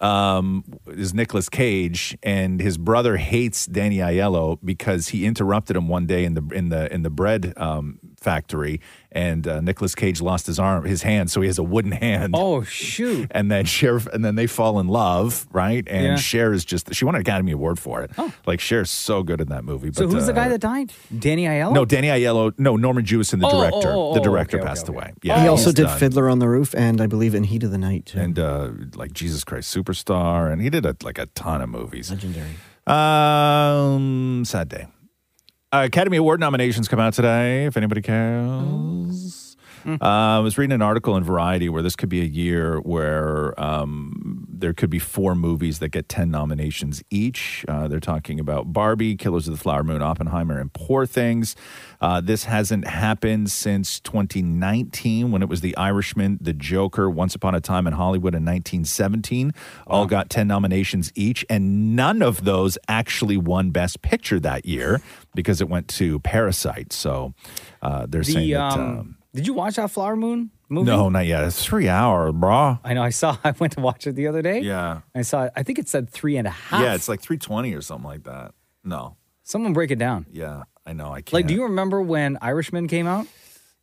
um, is Nicolas Cage, and his brother hates Danny Aiello because he interrupted him one day in the in the in the bread um, factory, and uh, Nicolas Cage lost his arm, his hand, so he has a wooden hand.
Oh shoot!
And then Cher, and then they fall in love, right? And
Yeah.
Cher is just she won an Academy Award for it. Like Cher's so good in that movie.
So
but,
who's the
uh,
guy that died? Danny Aiello.
No, Danny Aiello. No, Norman Jewison, the
Oh,
director.
oh, oh,
the
oh,
director
okay, okay,
passed
okay.
away. Yeah,
he also
he's
did
done.
Fiddler on the Roof, and I believe in Heat of the Night. Too.
and uh, like Jesus Christ Superstar, and he did a, like a ton of movies.
Legendary.
Um, sad day. Uh, Academy Award nominations come out today. If anybody cares,
Mm.
uh, I was reading an article in Variety where this could be a year where um, there could be four movies that get ten nominations each. Uh, they're talking about Barbie, Killers of the Flower Moon, Oppenheimer, and Poor Things. Uh, this hasn't happened since 2019 when it was The Irishman, The Joker, Once Upon a Time in Hollywood in 1917. All got 10 nominations each, and none of those actually won Best Picture that year because it went to Parasite. So uh, they're saying
The
that.
um,
um,
did you watch that Flower Moon movie?
no, not yet. It's three hour, brah.
I know. I saw. I went to watch it the other day.
Yeah.
I saw. it. I think it said three and a half.
Yeah, it's like 320 or something like that. No.
Someone break it down.
Yeah, I know. I can't.
Like, do you remember when Irishman came out?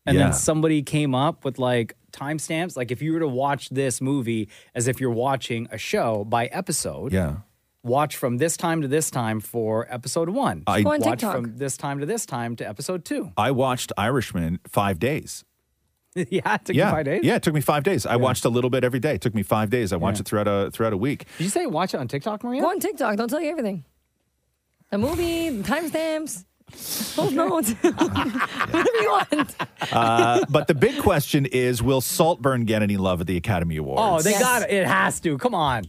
And
Yeah.
then somebody came up with like timestamps. Like, if you were to watch this movie as if you're watching a show by episode,
yeah.
watch from this time to this time for episode one.
I- Go on
watch
TikTok.
from this time to this time to episode two.
I watched Irishman five days.
yeah, it took
yeah.
you five days.
Yeah, it took me five days. I watched a little bit every day. It took me five days. I watched
Yeah.
it throughout a throughout a week.
Did you say watch it on TikTok, Maria?
Go on TikTok. They'll tell you everything. The movie, the timestamps, full notes, whatever you want.
Uh, but the big question is, will Saltburn get any love at the Academy
Oh,
Awards?
they got it. It has to. Come on.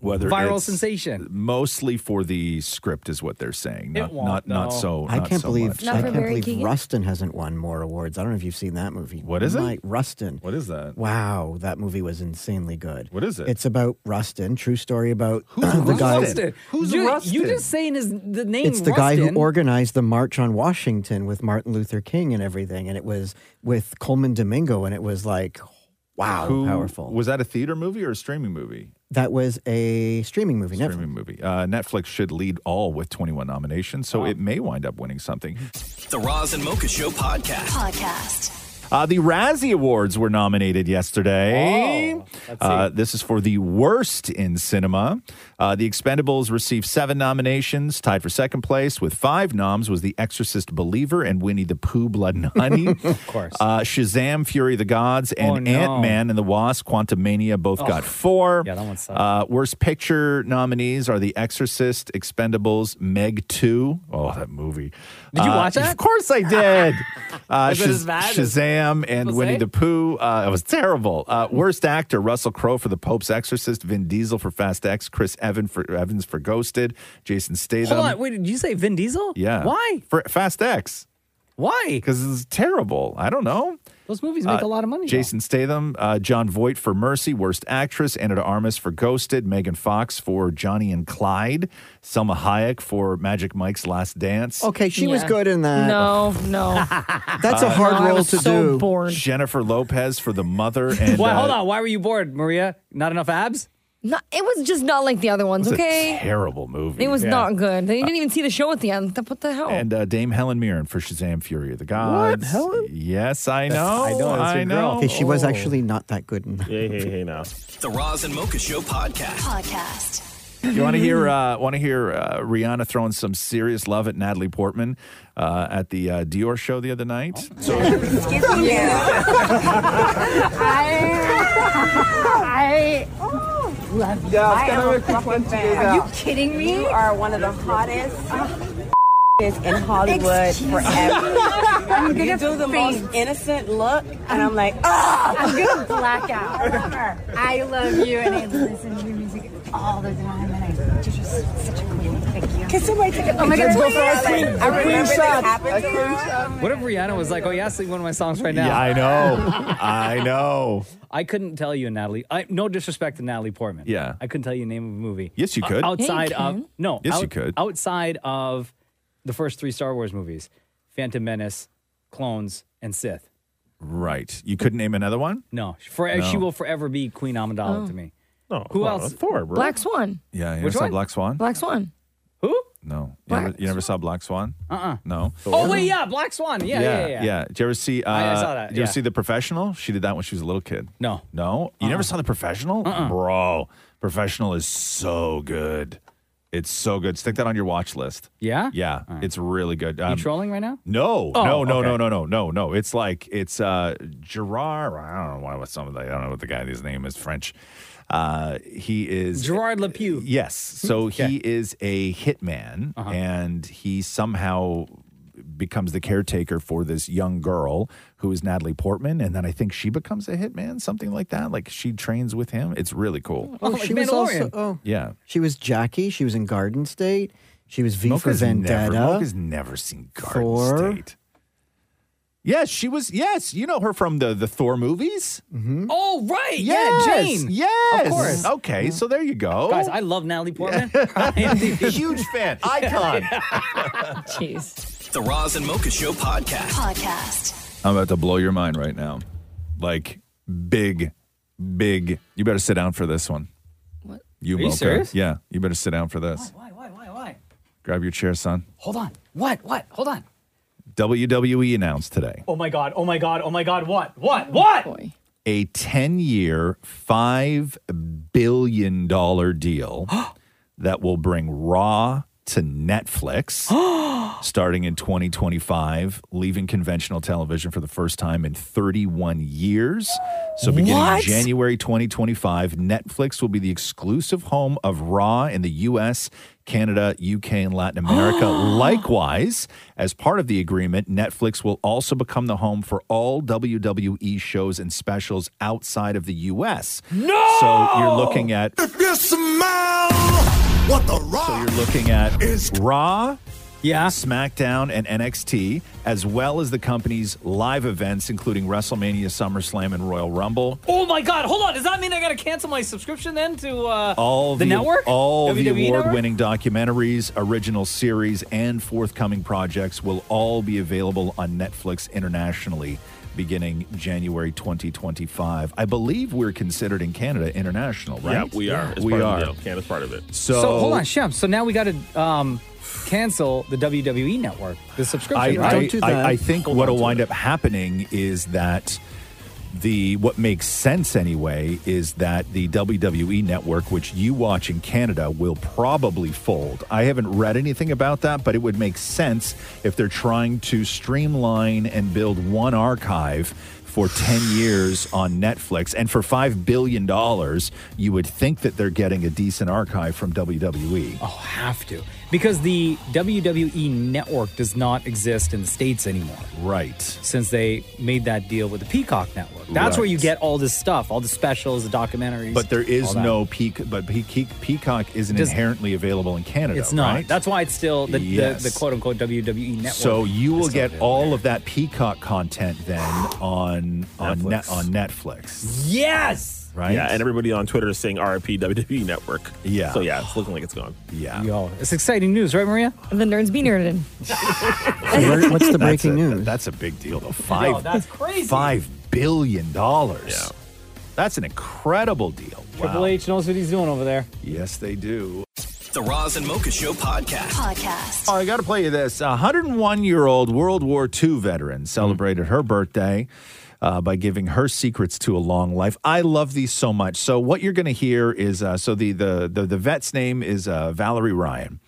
Whether
Viral
it's
sensation.
mostly for the script is what they're saying.
It
Not
won't,
not, not
no.
so.
I
not
can't
so
believe
much.
I can't believe Rustin hasn't won more awards. I don't know if you've seen that movie. What
is it?
it? Rustin.
What is that?
Wow, that movie was insanely good. What
is it?
It's about Rustin. True story about the guy.
Rustin. you, You just saying his the name.
It's the guy who
Rustin.
organized the March on Washington with Martin Luther King and everything, and it was with Coleman Domingo, and it was like, wow,
Who-
powerful.
Was that a theater movie or a streaming movie?
That was a streaming movie. Netflix.
Streaming movie. Uh, Netflix should lead all with 21 nominations,
Oh.
so it may wind up winning something.
The Roz and Mocha Show podcast. Podcast.
Uh, the Razzie Awards were nominated yesterday.
Oh, let's
Uh, this is for the worst in cinema. Uh, the Expendables received seven nominations, tied for second place with five noms. Was The Exorcist Believer and Winnie the Pooh Blood and Honey? of
course.
Uh, Shazam, Fury of the Gods, and
Oh, no.
Ant Man and the Wasp, Quantumania both
Ugh.
got four.
Yeah, that one sucks.
Uh, worst picture nominees are The Exorcist, Expendables, Meg 2. Oh, that movie.
Did you
Uh,
watch that?
Of course I did. Uh,
Was it
Shaz-
as bad as
Shazam and
people
Winnie
say?
the Pooh. Uh, it was terrible. Uh, worst actor: Russell Crowe for The Pope's Exorcist, Vin Diesel for Fast X, Chris Evan for, Evans for Ghosted, Jason Statham.
Hold on. Wait, did you say Vin Diesel?
Yeah.
Why?
For Fast X.
Why?
Because it's terrible. I don't know.
Those movies make
Uh,
a lot of money. though.
Jason Statham, uh, John Voight for Mercy, Worst Actress, Anna de Armas for Ghosted, Megan Fox for Johnny and Clyde, Selma Hayek for Magic Mike's Last Dance.
Okay, she was good in that.
No, no.
Uh,
Uh,
That's a hard role to do.
Jennifer Lopez for The Mother. And,
Why?
uh,
hold on. Why were you bored, Maria? Not enough abs?
Not, it was just not like the other ones,
It's
okay?
a terrible movie.
It was not good. They didn't even see the show at the end. What the hell?
And uh, Dame Helen Mirren for Shazam: Fury of the Gods. Helen? Yes, I know. I know. I know. Oh.
Okay, she was actually not that good in that.
Hey, hey, hey, now.
The Roz and Mocha Show podcast.
Podcast.
You want to hear? Uh, want to hear uh, Rihanna throwing some serious love at Natalie Portman uh, at the uh, Dior show the other night?
Excuse me. I, I love you.
Yeah, I was
I am
gonna
a fucking
respond to you,
fan.
yeah.
Are you kidding me? You are one of the hottest is in Hollywood forever. I'm
you
gonna
do the
faint.
most innocent look, and I'm like, oh,
I'm gonna black out. I love you, and I listen to your music all the time, and I Can somebody take a
Oh my God,
picture
let's go
of
for a
me? I
queen- a
remember
queen
this
shot.
happened
A
to
queen
her.
What if Rihanna was like, "Oh yeah, sing one of my songs right now"?
Yeah, I know. I know.
I couldn't tell you, Natalie. I, no disrespect to Natalie Portman.
Yeah.
I couldn't tell you the name of a movie.
Yes, you
O-
could. Yeah, you
outside
can.
of no.
Yes, you could.
Outside of the first three Star Wars movies, Phantom Menace, Clones, and Sith.
Right. You couldn't name another one?
No, for, uh,
No.
she will forever be Queen Amidala
Oh.
to me.
No,
who
well,
else?
Thor, bro.
Black Swan.
Yeah, you
Which
never saw
one?
Black Swan?
Black Swan.
No. You never, you never saw Black Swan?
Uh-uh.
No.
Oh wait, yeah, Black Swan. Yeah, yeah, yeah. yeah.
Did you ever see? Uh,
I- I saw that,
Did you ever
yeah.
see The Professional? She did that when she was a little kid.
No. Uh-uh.
No. You never saw The Professional, bro? Professional is so good. It's so good. Stick that on your watch list.
Yeah?
Yeah. It's really good. Um,
you trolling right now?
No,
Oh,
no, no,
okay.
no, no, no, no, no. It's like it's uh Gerard. I don't know why was some of the, I don't know what the guy his name is French. Uh, he is
Gerard Lepew.
Yes. So he is a hitman,
Uh-huh.
and he somehow becomes the caretaker for this young girl who is Natalie Portman, and then I think she becomes a hitman, something like that. Like she trains with him. It's really cool.
Oh, she was also. Oh,
Yeah.
she was Jackie. She was in Garden State. She was V for
Mocha's
Vendetta.
Never, Mocha's never seen Garden
Thor.
State. Yes, she was. Yes, you know her from the the Thor movies. Mm-hmm.
Oh right, yeah,
Yes,
Jane.
yes.
of course.
Okay, so there you go.
Guys, I love Natalie Portman.
Huge fan, icon.
Jeez.
The Roz and Mocha Show podcast.
Podcast.
I'm about to blow your mind right now. Like big, big. You better sit down for this one. What? You,
Are you
Mocha.
serious?
Yeah, you better sit down for this.
Why? Why? Why? Why?
Grab your chair, son.
Hold on. What? What? Hold on.
WWE E announced today.
Oh my god. Oh my god. Oh my god. What? What?
Oh,
What?
a 10 year, $5 billion deal that will bring Raw to Netflix starting in 2025, leaving conventional television for the first time in 31 years. So, beginning
What?
January 2025, Netflix will be the exclusive home of Raw in the US, Canada, UK, and Latin America. Likewise, as part of the agreement, Netflix will also become the home for all WWE shows and specials outside of the US. No! So, you're looking at
If you smell what the
so you're looking at Raw, yeah, SmackDown, and NXT, as well as the company's live events, including WrestleMania, SummerSlam, and Royal Rumble.
Oh my god. Hold on. Does that mean I gotta cancel my subscription then to uh,
All
the, network?
all the
WWE network?
award-winning documentaries, original series, and forthcoming projects will all be available on Netflix internationally beginning January 2025. I believe we're considered in Canada international, right?
Yeah, we are. It's
we
part
are.
Of the deal. Canada's part of it.
So,
so hold on, Shem. So now we gotta um, cancel the WWE network, the
I,
subscription. right?
I, I, I think what'll wind up happening is that the what makes sense anyway is that the WWE network, which you watch in Canada, will probably fold. I haven't read anything about that, but it would make sense if they're trying to streamline and build one archive for 10 years on Netflix and for 5 billion dollars you would think that they're getting a decent archive from E. WWE.
Oh, have to. Because the WWE network does not exist in the States anymore.
Right.
Since they made that deal with the Peacock network. That's where you
Right.
get all this stuff, all the specials, the documentaries.
But there
all
is
that.
no peak. But Pe- Pe- Peacock isn't
Does-
inherently available in Canada.
It's not.
right?
That's why it's still the,
Yes.
the, the quote unquote WWE E network.
So you will get all of that Peacock content then on on net on Netflix.
Yes.
Right?
Yeah, and everybody on Twitter is saying RIP WWE E Network.
Yeah.
So yeah, it's looking like it's gone.
Yeah.
Yo, it's exciting news, right, Maria?
The nerds be nerded.
What's the
That's
breaking
a-
news?
That's a big deal. though. five.
that's crazy.
Five billion dollars. Yeah. That's an incredible deal.
Triple
Wow.
H knows what he's doing over there.
Yes, they do.
The Roz and Mocha Show podcast.
Podcast.
Oh, I got to play you this. A 101 year old World War II veteran celebrated her birthday uh, by giving her secrets to a long life. I love these so much. So, what you're going to hear is uh, so the, the, the, the vet's name is uh, Valerie Ryan.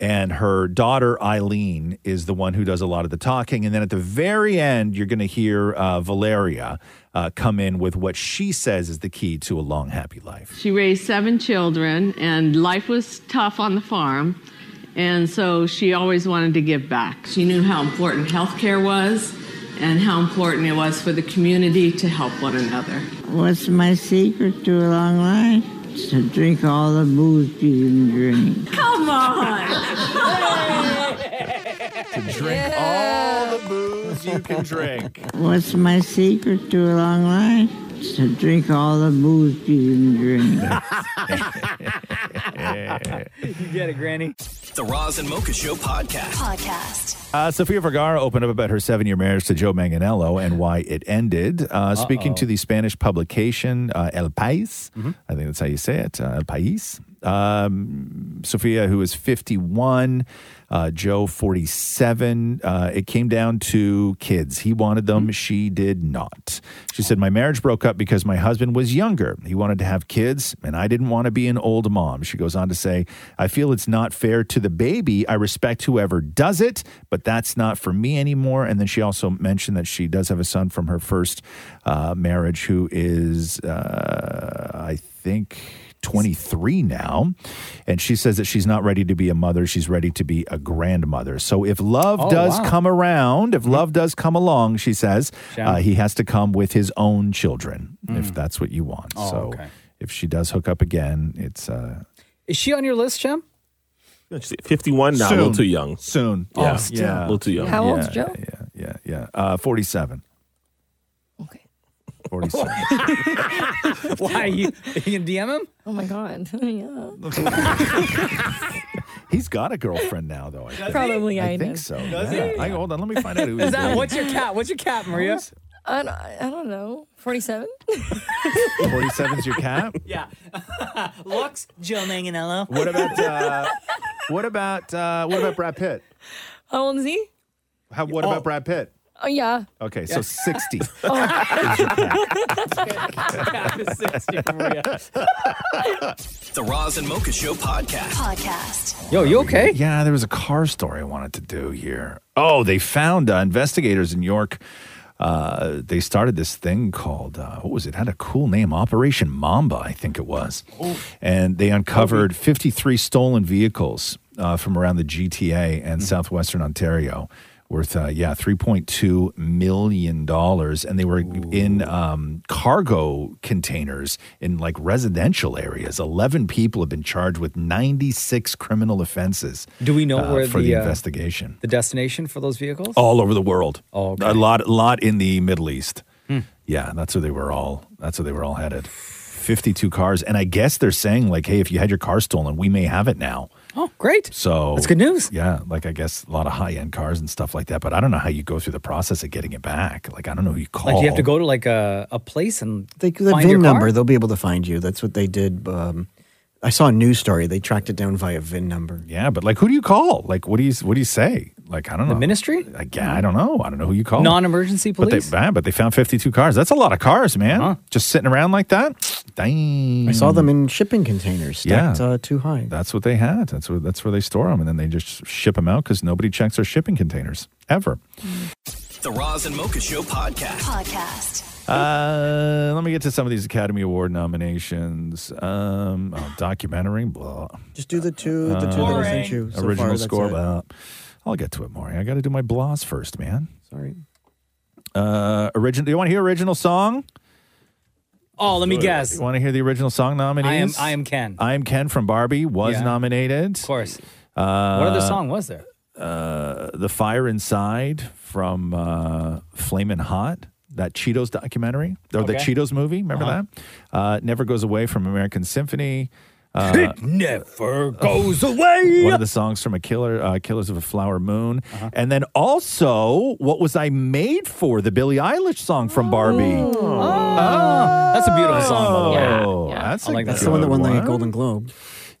And her daughter Eileen is the one who does a lot of the talking. And then at the very end, you're going to hear uh, Valeria uh, come in with what she says is the key to a long, happy life.
She raised seven children, and life was tough on the farm. And so she always wanted to give back. She knew how important healthcare was and how important it was for the community to help one another.
What's my secret to a long life? gets to drink all the booze you can drink.
Come on.
to drink all the booze you can drink.
What's my secret to a long life? It's to drink all the booze you can drink.
you get it, Granny.
The Roz and Mocha Show podcast.
Podcast.
Uh, Sofia Vergara opened up about her seven year marriage to Joe Manganiello and why it ended. Uh, speaking
Uh-oh.
to the Spanish publication uh, El País, I think that's how you say it, uh, El País. Um, Sofia, who is 51, uh, Joe, 47. Uh, it came down to kids. He wanted them, she did not. She said, My marriage broke up because my husband was younger. He wanted to have kids, and I didn't want to be an old mom. She goes on to say, I feel it's not fair to the baby. I respect whoever does it, but that's not for me anymore. And then she also mentioned that she does have a son from her first uh, marriage who is, uh, I think, 23 now. And she says that she's not ready to be a mother. She's ready to be a grandmother. So if love
Oh,
does
wow.
come around, if love does come along, she says,
Shall
uh,
we?
he has to come with his own children if that's what you want.
Mm. Oh,
so
okay.
if she does hook up again, it's. Uh,
Is she on your list, Jim?
51 now, a little
Soon.
too young.
Soon.
Yeah.
Oh, still.
yeah. A little too young.
How old's
Yeah,
Joe?
Yeah, yeah. Uh, 47. Okay. 47.
Why? You, you can DM him?
Oh my god. yeah.
He's got a girlfriend now, though. I think.
Probably,
I
I
think
know.
so.
Does
yeah.
he?
I, hold on, let me find out who
Is
he's
that
dating.
what's your cat? What's your cat, Maria?
I don't, I don't know. 47?
47's your cat?
Yeah. Lux, Joe Manganello.
What about uh, what about uh, what about Brad Pitt?
How old is he?
How, what about Brad Pitt?
Oh, yeah. Oh.
Okay, so sixty.
The Roz and Mocha Show podcast.
Podcast.
Yo, you okay? Yeah, there was a car story I wanted to do here. Oh, they found uh, investigators in York. Uh, they started this thing called uh, what was it? Had a cool name, Operation Mamba, I think it was.
Oh.
And they uncovered 53 stolen vehicles uh, from around the GTA
Mm-hmm.
and southwestern Ontario, worth uh, yeah 3.2 million dollars, and they were in um, cargo containers in like residential areas. 11 people have been charged with 96 criminal offenses.
Do we know
uh,
where
for
the,
the
uh,
investigation?
The destination for those vehicles?
all over the world.
Oh, okay.
a lot, a lot in the Middle East.
Hmm.
Yeah, that's where they were all. That's where they were all headed. Fifty-two cars, and I guess they're saying like, hey, if you had your car stolen, we may have it now.
Oh, great.
So
That's good news.
Yeah, like I guess a lot of high-end cars and stuff like that. But I don't know how you go through the process of getting it back. Like I don't know who you call.
Like you have to go to like a, a place and
They the
find your
VIN
car?
number, they'll be able to find you. That's what they did. Um, I saw a news story. They tracked it down via VIN number.
Yeah, but like, who do you call? Like, what do you what do you say? Like, I don't know. The ministry? Like, yeah, I don't know. I don't know who you call.
Non-emergency police?
But they, yeah, but they found 52 cars. That's a lot of cars, man. Just sitting around like that. Dang.
I saw them in shipping containers, stacked
Yeah.
uh, too high.
That's what they had. That's where that's where they store them, and then they just ship them out because nobody checks their shipping containers ever.
The Roz and Mocha Show podcast. Podcast.
Uh, let me get to some of these Academy Award nominations. Um, oh, documentary, blah. Uh,
Just do the two, the two that I sent you. So
Original
far, that's
score,
it.
blah. I'll get to it, Maury. I got to do my blahs first, man.
Sorry.
Uh, original. Do you want to hear original song?
Oh, let me guess.
You want to hear the original song
I am
nominees?
I am Ken.
I am Ken from Barbie was
Yeah.
nominated. Of
course.
Uh,
what other song was there?
Uh, the Fire Inside from uh, Flamin' Hot, that Cheetos documentary or
Okay.
the Cheetos movie. Remember
Uh-huh.
that? Uh, Never Goes Away from American Symphony. Uh,
it never goes away. Uh-huh.
one of the songs from a killer, uh, Killers of a Flower Moon, and then also what was I made for? The Billie Eilish song from Barbie. Oh,
Ah, that's a beautiful song, by the way. Yeah, yeah.
that's
I
a
like that
That's the one that
good
won the
one.
Golden Globe.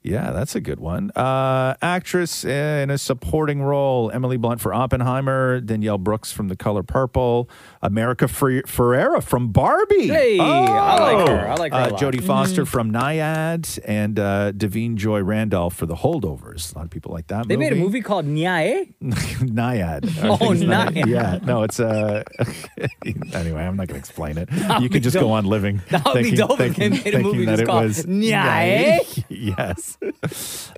Yeah, that's a good one. Uh, actress in a supporting role Emily Blunt for Oppenheimer, Danielle Brooks from The Color Purple, America Fer- Ferrera from Barbie.
Hey, I like her. I like her a
Uh,
lot.
Jodie Foster
Mm.
Mhm.
from Nyad, and uh, Devine Joy Randolph for The Holdovers. A lot of people like that
They
movie.
made a movie called Nyae.
Naiad.
Oh, Naiad.
Yeah, no, it's uh anyway, I'm not going to explain it.
That would
you
be
can just
dope.
go on living.
That would be
thinking-
dope
thinking-
if they made a
thinking
movie
that
just
it
called
was
Naiad.
Naiad. yes.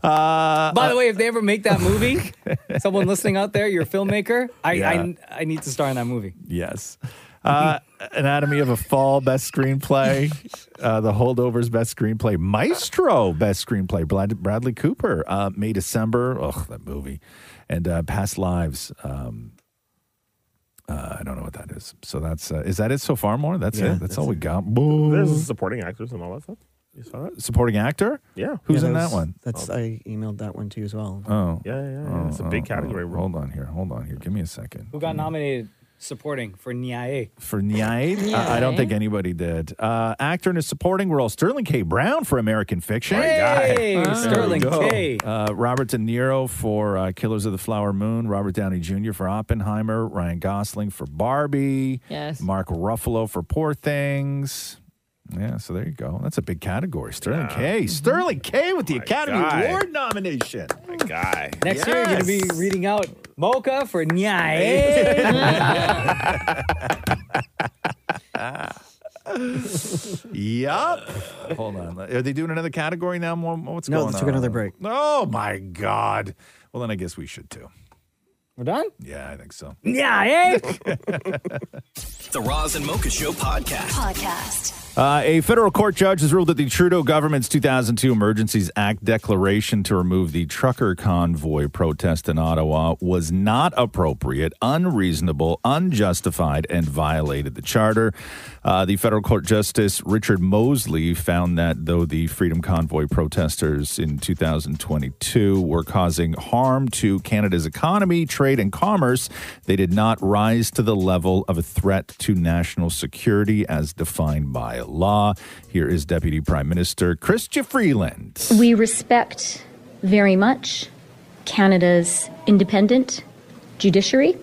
Uh,
By the way, if they ever make that movie, someone listening out there, you're a filmmaker, I,
Yeah.
I I need to star in that movie.
Yes. Uh, Anatomy of a Fall, best screenplay. Uh, the Holdovers, best screenplay. Maestro, best screenplay. Brad- Bradley Cooper, uh, May December. Ugh, that movie. And uh, Past Lives. Um, uh, I don't know what that is. So that's uh, is that it so far? More that's
Yeah,
it. That's,
that's
all we
it.
got. Boom.
There's supporting actors and all that stuff. You saw that?
supporting actor.
Yeah.
who's
Yeah,
in that
was-
one?
That's I emailed that one to you as well.
Oh,
Yeah, yeah, yeah.
Oh,
it's a big
oh,
category.
oh. hold on here. Hold on here. Give me a second.
Who got nominated supporting for Nyae?
for Nyaid? I, I don't think anybody did. Uh, actor in a supporting role, Sterling K. Brown for American Fiction.
Hey,
There we
Sterling
go.
K.
Uh, Robert De Niro for uh, Killers of the Flower Moon. Robert Downey Jr. for Oppenheimer. Ryan Gosling for Barbie.
Yes.
Mark Ruffalo for Poor Things. Yeah, so there you go. That's a big category. Sterling K. Sterling K. with
Oh
the Academy
guy.
Award nomination. My guy.
Next year, you're going to be reading out Mocha for Nyae.
Yup. Hold on. Are they doing another category now? More, what's
No,
going on?
they took another break.
Oh my God. Well, then I guess we should too.
We're done.
Yeah, I think so.
eh?
eh?
The Roz and Mocha Show podcast.
Podcast.
Uh, a federal court judge has ruled that the Trudeau government's 2002 Emergencies Act declaration to remove the trucker convoy protest in Ottawa was not appropriate, unreasonable, unjustified, and violated the charter. Uh, the federal court justice Richard Mosley found that though the Freedom Convoy protesters in 2022 were causing harm to Canada's economy, trade, and commerce, they did not rise to the level of a threat to national security as defined by law. Here is Deputy Prime Minister Chrystia Freeland.
We respect very much Canada's independent judiciary.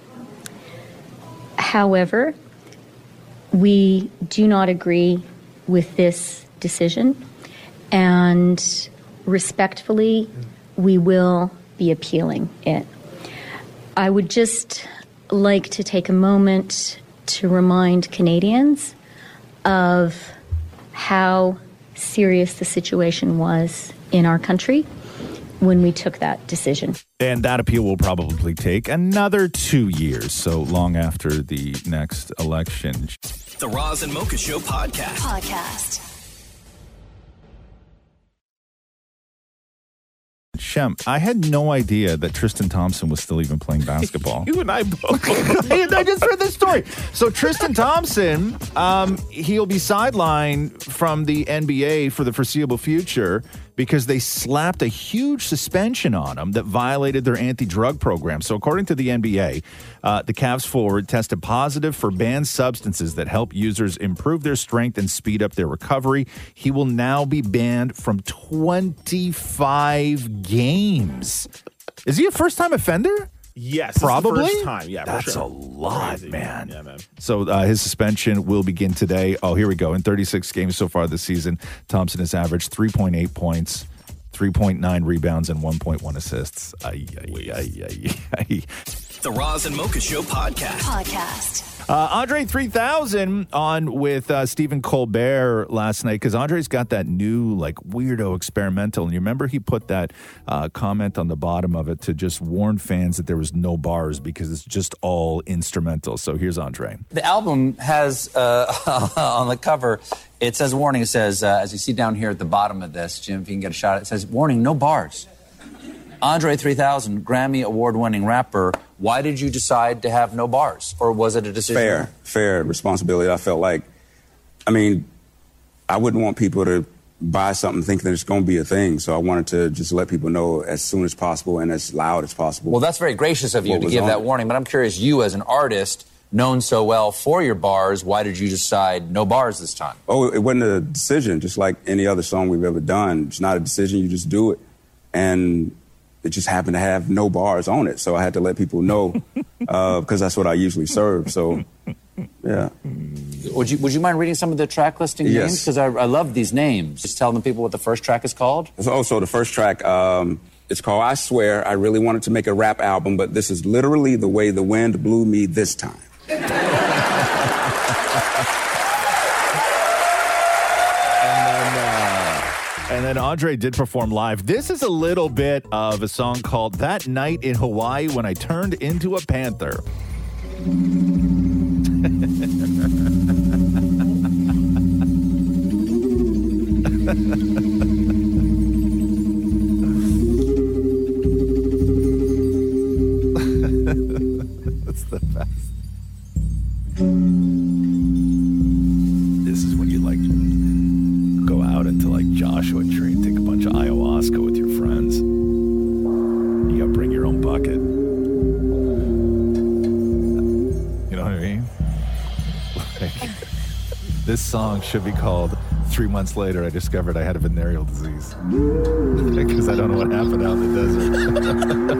However, we do not agree with this decision and respectfully, we will be appealing it. I would just like to take a moment to remind Canadians of how serious the situation was in our country when we took that decision.
And that appeal will probably take another two years, so long after the next election.
The Roz and Mocha Show podcast.
Podcast.
Shem, I had no idea that Tristan Thompson was still even playing basketball.
You and I both.
and I just read this story. So Tristan Thompson, um, he'll be sidelined from the NBA for the foreseeable future because they slapped a huge suspension on him that violated their anti-drug program. So according to the NBA, uh, the Cavs forward tested positive for banned substances that help users improve their strength and speed up their recovery. He will now be banned from 25 games. Is he a first-time offender?
Yes. this is the
Probably.
first time. Yeah. for
That's
sure.
a lot,
Crazy.
man.
Yeah, man.
So uh, his suspension will begin today. Oh, here we go. In 36 games so far this season, Thompson has averaged 3.8 points, 3.9 rebounds, and 1.1 assists. Ay, ay, ay, ay, ay.
The Roz and Mocha Show podcast.
Podcast.
Uh, Andre 3000 on with uh, Stephen Colbert last night because Andre's got that new, like, weirdo experimental. And you remember he put that uh, comment on the bottom of it to just warn fans that there was no bars because it's just all instrumental. So here's Andre.
The album has uh, on the cover, it says warning. It says, uh, as you see down here at the bottom of this, Jim, if you can get a shot, it says warning, no bars. Andre 3000, Grammy award winning rapper, why did you decide to have no bars? Or was it a decision?
fair, fair responsibility. I felt like, I mean, I wouldn't want people to buy something thinking that it's going to be a thing. So I wanted to just let people know as soon as possible and as loud as possible.
Well, that's very gracious of you
What
to
was
give
on
that
it.
warning, but I'm curious, you as an artist, known so well for your bars, why did you decide no bars this time?
Oh, it wasn't a decision, just like any other song we've ever done. It's not a decision, you just do it. And it just happened to have no bars on it. So I had to let people know because that's what I usually serve. So, yeah.
Would you, would you mind reading some of the track listing
Yes.
names? Because I, I love these names. Just tell the people what the first track is called.
So, oh, so the first track, um, it's called I Swear. I really wanted to make a rap album, but this is literally the way the wind blew me this time.
uh, And then Andre did perform live. This is a little bit of a song called That Night in Hawaii When I Turned Into a Panther. That's the best. This is when you like go out into like Joshua Tree and take a bunch of ayahuasca with your friends. You gotta bring your own bucket. You know what I mean? Like, this song should be called Three Months Later I Discovered I Had a Venereal Disease. Because I don't know what happened out in the desert.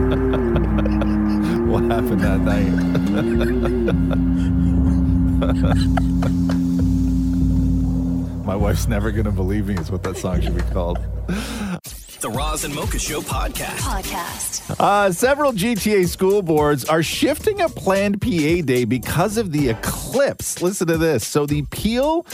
what happened that night? My wife's never gonna believe me is what that song should be called.
The Roz and Mocha Show podcast.
Podcast.
Uh, several GTA school boards are shifting a planned PA day because of the eclipse. Listen to this. So the Peel.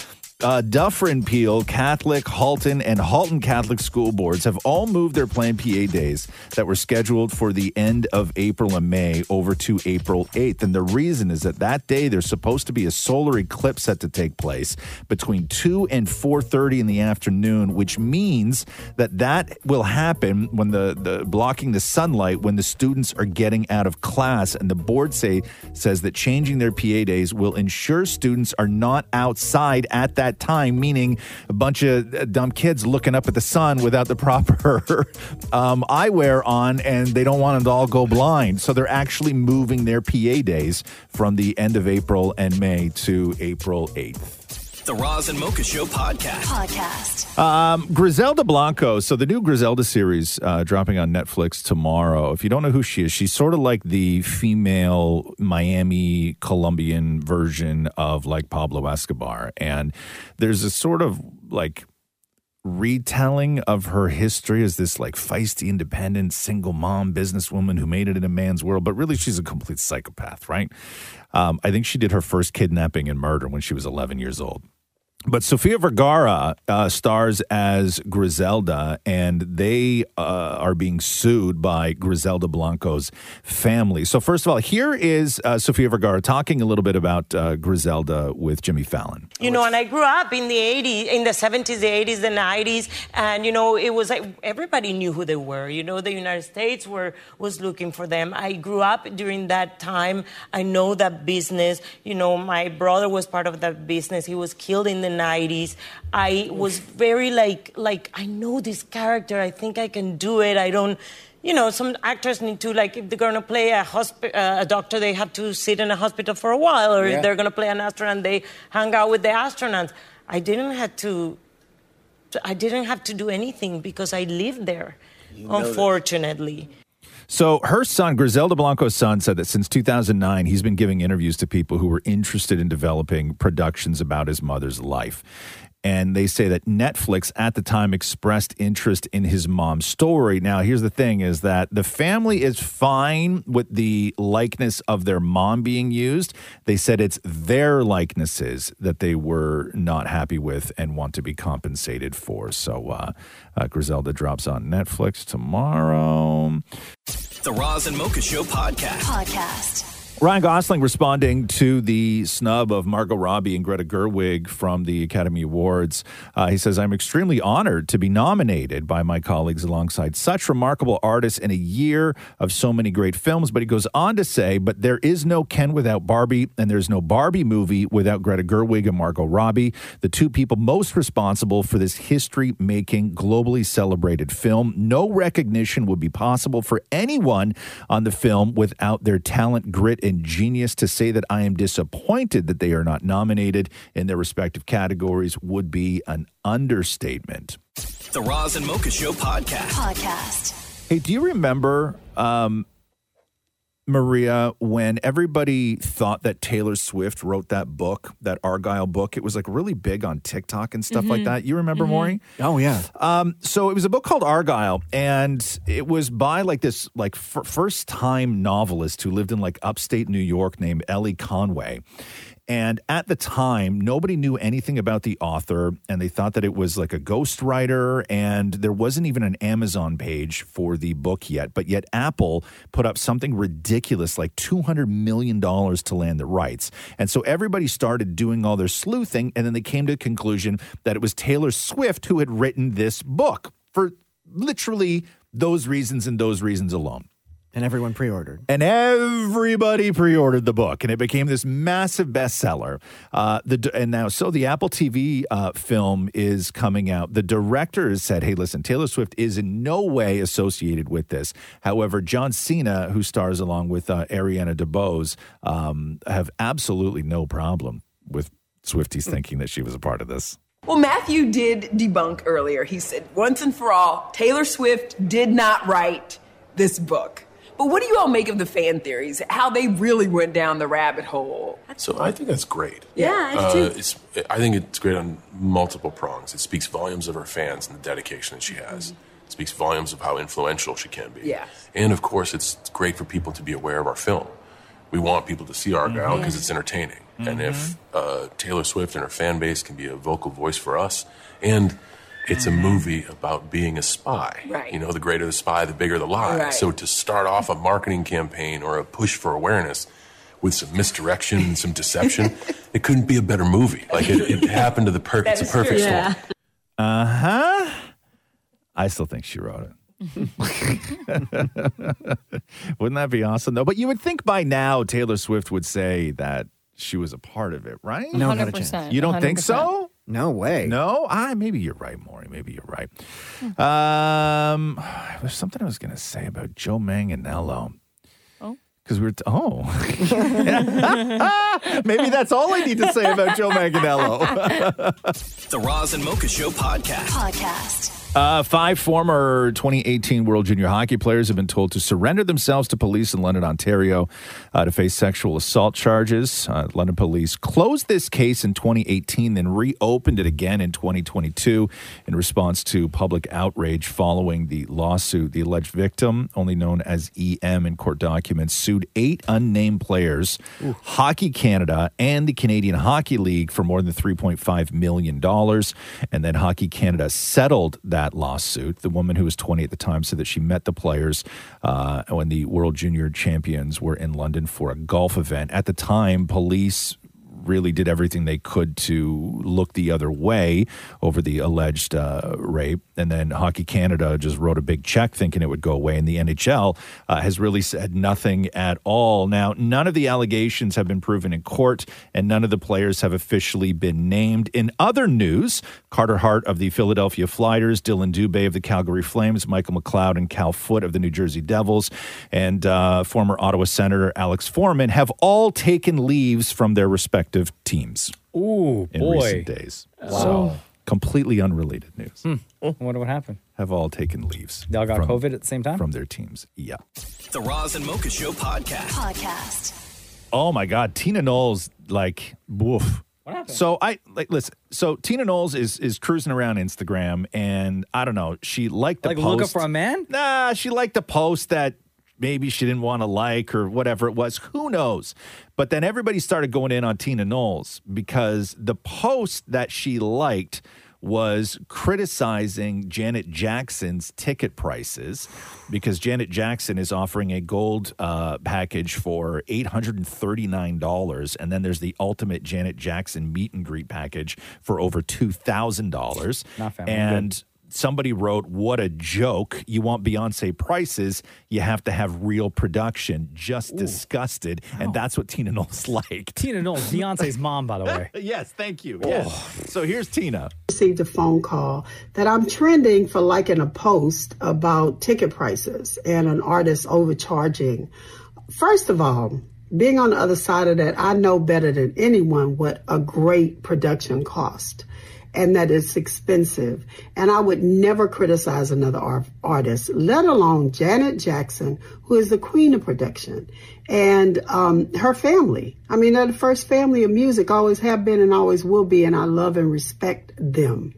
Uh, Dufferin Peel, Catholic, Halton, and Halton Catholic school boards have all moved their planned PA days that were scheduled for the end of April and May over to April 8th. And the reason is that that day there's supposed to be a solar eclipse set to take place between 2 and 4.30 in the afternoon, which means that that will happen when the, the blocking the sunlight when the students are getting out of class and the board say says that changing their PA days will ensure students are not outside at that time meaning a bunch of uh, dumb kids looking up at the sun without the proper um, eyewear on and they don't want them to all go blind so they're actually moving their PA days from the end of April and May to April 8th
The Roz and Mocha Show podcast. Podcast.
um, Griselda Blanco. So the new Griselda series uh, dropping on Netflix tomorrow. If you don't know who she is, she's sort of like the female Miami Colombian version of like Pablo Escobar. And there's a sort of like retelling of her history as this like feisty, independent, single mom businesswoman who made it in a man's world, but really she's a complete psychopath, right? Um, I think she did her first kidnapping and murder when she was 11 years old. But Sofia Vergara uh, stars as Griselda, and they uh, are being sued by Griselda Blanco's family. So, first of all, here is uh, Sofia Vergara talking a little bit about uh, Griselda with Jimmy Fallon.
You know, and I grew up in the 80s, in the 70s, the 80s, the 90s, and you know, it was like everybody knew who they were. You know, the United States were was looking for them. I grew up during that time. I know that business. You know, my brother was part of that business. He was killed in the 90s. I was very like like I know this character. I think I can do it. I don't you know, some actors need to like if they're going to play a hospi- uh, a doctor, they have to sit in a hospital for a while, or
Yeah.
if they're going to play an astronaut, they hang out with the astronauts. I didn't have to, I didn't have to do anything because I lived there, that. unfortunately.
So her son, Griselda Blanco's son, said that since 2009, he's been giving interviews to people who were interested in developing productions about his mother's life. And they say that Netflix at the time expressed interest in his mom's story. Now, here's the thing is that the family is fine with the likeness of their mom being used. They said it's their likenesses that they were not happy with and want to be compensated for. So uh, uh, Griselda drops on Netflix tomorrow.
The Roz and Mocha Show podcast.
Podcast.
Ryan Gosling responding to the snub of Margot Robbie and Greta Gerwig from the Academy Awards. Uh, he says, I'm extremely honored to be nominated by my colleagues alongside such remarkable artists in a year of so many great films. But he goes on to say, But there is no Ken without Barbie, and there's no Barbie movie without Greta Gerwig and Margot Robbie, the two people most responsible for this history making, globally celebrated film. No recognition would be possible for anyone on the film without their talent, grit, and genius. To say that I am disappointed that they are not nominated in their respective categories would be an understatement.
The Roz and Mocha Show podcast. Podcast.
Hey, do you remember, um, Maria, when everybody thought that Taylor Swift wrote that book, that Argyle book? It was like really big on TikTok and stuff
Mm-hmm.
like
Mhm.
that. You remember,
Mhm.
Maury?
Oh, yeah.
Um, so it was a book called Argyle, and it was by like this like f- first time novelist who lived in like upstate New York named Ellie Conway. And at the time, nobody knew anything about the author, and they thought that it was like a ghostwriter, and there wasn't even an Amazon page for the book yet. But yet, Apple put up something ridiculous, like $200 million to land the rights. And so everybody started doing all their sleuthing, and then they came to the conclusion that it was Taylor Swift who had written this book for literally those reasons and those reasons alone.
And everyone pre ordered.
And everybody pre-ordered the book, and it became this massive bestseller. Uh, the and now, so the Apple TV uh, film is coming out. The director has said, "Hey, listen, Taylor Swift is in no way associated with this." However, John Cena, who stars along with uh, Ariana DeBose, um, have absolutely no problem with Swifties thinking that she was a part of this.
Well, Matthew did debunk earlier. He said, once and for all, Taylor Swift did not write this book. But what do you all make of the fan theories? How they really went down the rabbit hole?
So I think that's great.
Yeah, I
uh,
do.
it's, I think it's great on multiple prongs. It speaks volumes of her fans and the dedication that she has. It speaks volumes of how influential she can be.
Mm-hmm. Yeah.
And of course, it's great for people to be aware of our film. We want people to see Argyle
Mm-hmm.
because it's entertaining. And if uh, Taylor Swift and her fan base can be a vocal voice for us, and it's a movie about being a spy.
Mm-hmm. Right.
You know, the greater the spy, the bigger the lie.
Right.
So to start off a marketing campaign or a push for awareness with some misdirection and some deception, it couldn't be a better movie. Like it, it happened to the perfect. It's a perfect storm.
Uh huh. I still think she wrote it. Wouldn't that be awesome though? But you would think by now Taylor Swift would say that she was a part of it, right?
No, not a chance. 100%,
You don't think so?
100%. No way.
No, ah, maybe you're right, Maury. Maybe you're right. Um, there's something I was gonna say about Joe Manganello.
Oh.
because we were t- oh, maybe that's all I need to say about Joe Manganello.
The Roz and Mocha Show podcast.
Podcast.
Uh, five former 2018 World Junior Hockey players have been told to surrender themselves to police in London, Ontario, uh, to face sexual assault charges. Uh, London police closed this case in 2018, then reopened it again in 2022 in response to public outrage following the lawsuit. The alleged victim, only known as E EM in court documents, sued eight unnamed players, Hockey Canada, and the Canadian Hockey League for more than $3.5 million. And then Hockey Canada settled that lawsuit. The woman who was 20 at the time said that she met the players uh, when the World Junior Champions were in London for a golf event. At the time, police really did everything they could to look the other way over the alleged uh, rape. And then Hockey Canada just wrote a big check thinking it would go away. And the NHL uh, has really said nothing at all. Now, none of the allegations have been proven in court, and none of the players have officially been named. In other news, Carter Hart of the Philadelphia Flyers, Dylan Dubé of the Calgary Flames, Michael McLeod and Cal Foote of the New Jersey Devils, and uh, former Ottawa Senator Alex Foreman have all taken leaves from their respective teams
Ooh,
in
boy.
recent days.
Wow.
So, completely unrelated news.
I wonder what happened.
Have all taken leaves.
They all got
from-
COVID at the same time?
From their teams. Yeah.
The Roz and Mocha Show podcast.
Podcast.
Oh my God, Tina Knowles, like, woof.
What happened?
So I like listen. So Tina Knowles is is cruising around Instagram, and I don't know. She liked the
Like,
post.
looking for a man?
Nah, she liked the post that maybe she didn't want to like or whatever it was. Who knows? But then everybody started going in on Tina Knowles because the post that she liked was criticizing Janet Jackson's ticket prices because Janet Jackson is offering a gold uh, package for $839 and then there's the ultimate Janet Jackson meet and greet package for over $2,000
Not family, good.
and somebody wrote, What a joke. You want Beyonce prices, you have to have real production. Just disgusted. And that's what Tina Knowles liked.
Tina Knowles, Beyonce's mom, by the way. Oh.
yes, thank you. Yeah. So here's Tina.
received a phone call that I'm trending for liking a post about ticket prices and an artist overcharging. First of all, being on the other side of that, I know better than anyone what a great production cost and that it's expensive. And I would never criticize another ar- artist, let alone Janet Jackson, who is the queen of production, and um, her family. I mean, they're the first family of music, always have been and always will be, and I love and respect them.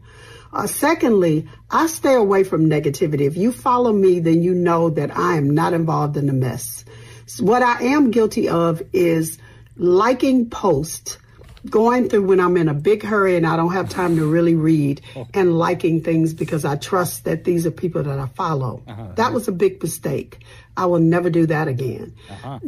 Uh, secondly, I stay away from negativity. If you follow me, then you know that I am not involved in the mess. So what I am guilty of is liking posts going through when I'm in a big hurry and I don't have time to really read and liking things because I trust that these are people that I follow. That was a big mistake. I will never do that again.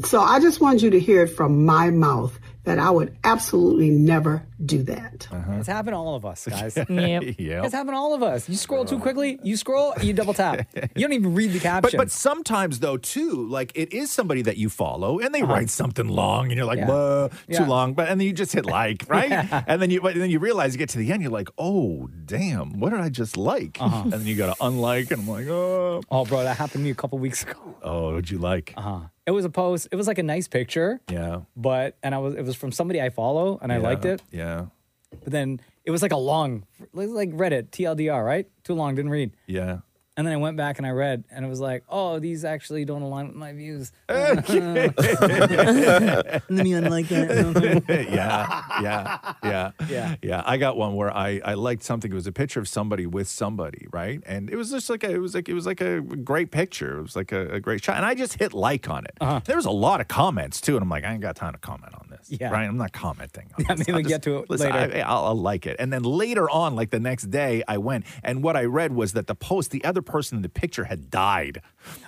So I just wanted you to hear it from my mouth that I would absolutely never do that.
It's happened to all of us, guys.
Uh-huh. Yep. Yep.
It's happened to all of us. You scroll too quickly, you scroll, you double tap. You don't even read the caption.
But but sometimes though too, like it is somebody that you follow and they
Uh-huh.
write something long and you're like,
Yeah.
"Whoa, too
Yeah.
long. But and then you just hit like, right?
Yeah.
And then you but then you realize you get to the end, you're like, oh damn, what did I just like?
Uh-huh.
And then you gotta unlike and I'm like, oh
Oh bro, that happened to me a couple weeks ago.
Oh, what'd you like?
Uh-huh. It was a post. It was like a nice picture.
Yeah.
But and I was it was from somebody I follow and I liked
Yeah.
it.
Yeah.
But then it was like a long like Reddit, TLDR, right? Too long, didn't read.
Yeah.
And then I went back and I read, and it was like, oh, these actually don't align with my views.
Let
me unlike that.
yeah, yeah, yeah, yeah, yeah. I got one where I I liked something. It was a picture of somebody with somebody, right? And it was just like a, it was like it was like a great picture. It was like a, a great shot, and I just hit like on it.
Uh-huh.
There was a lot of comments too, and I'm like, I ain't got time to comment on this.
Yeah.
right. I'm not commenting. On
Yeah,
this.
maybe
I'll
we get
just-
to it
listen,
later.
I, I'll, I'll like it, and then later on, like the next day, I went, and what I read was that the post, the other person in the picture had died.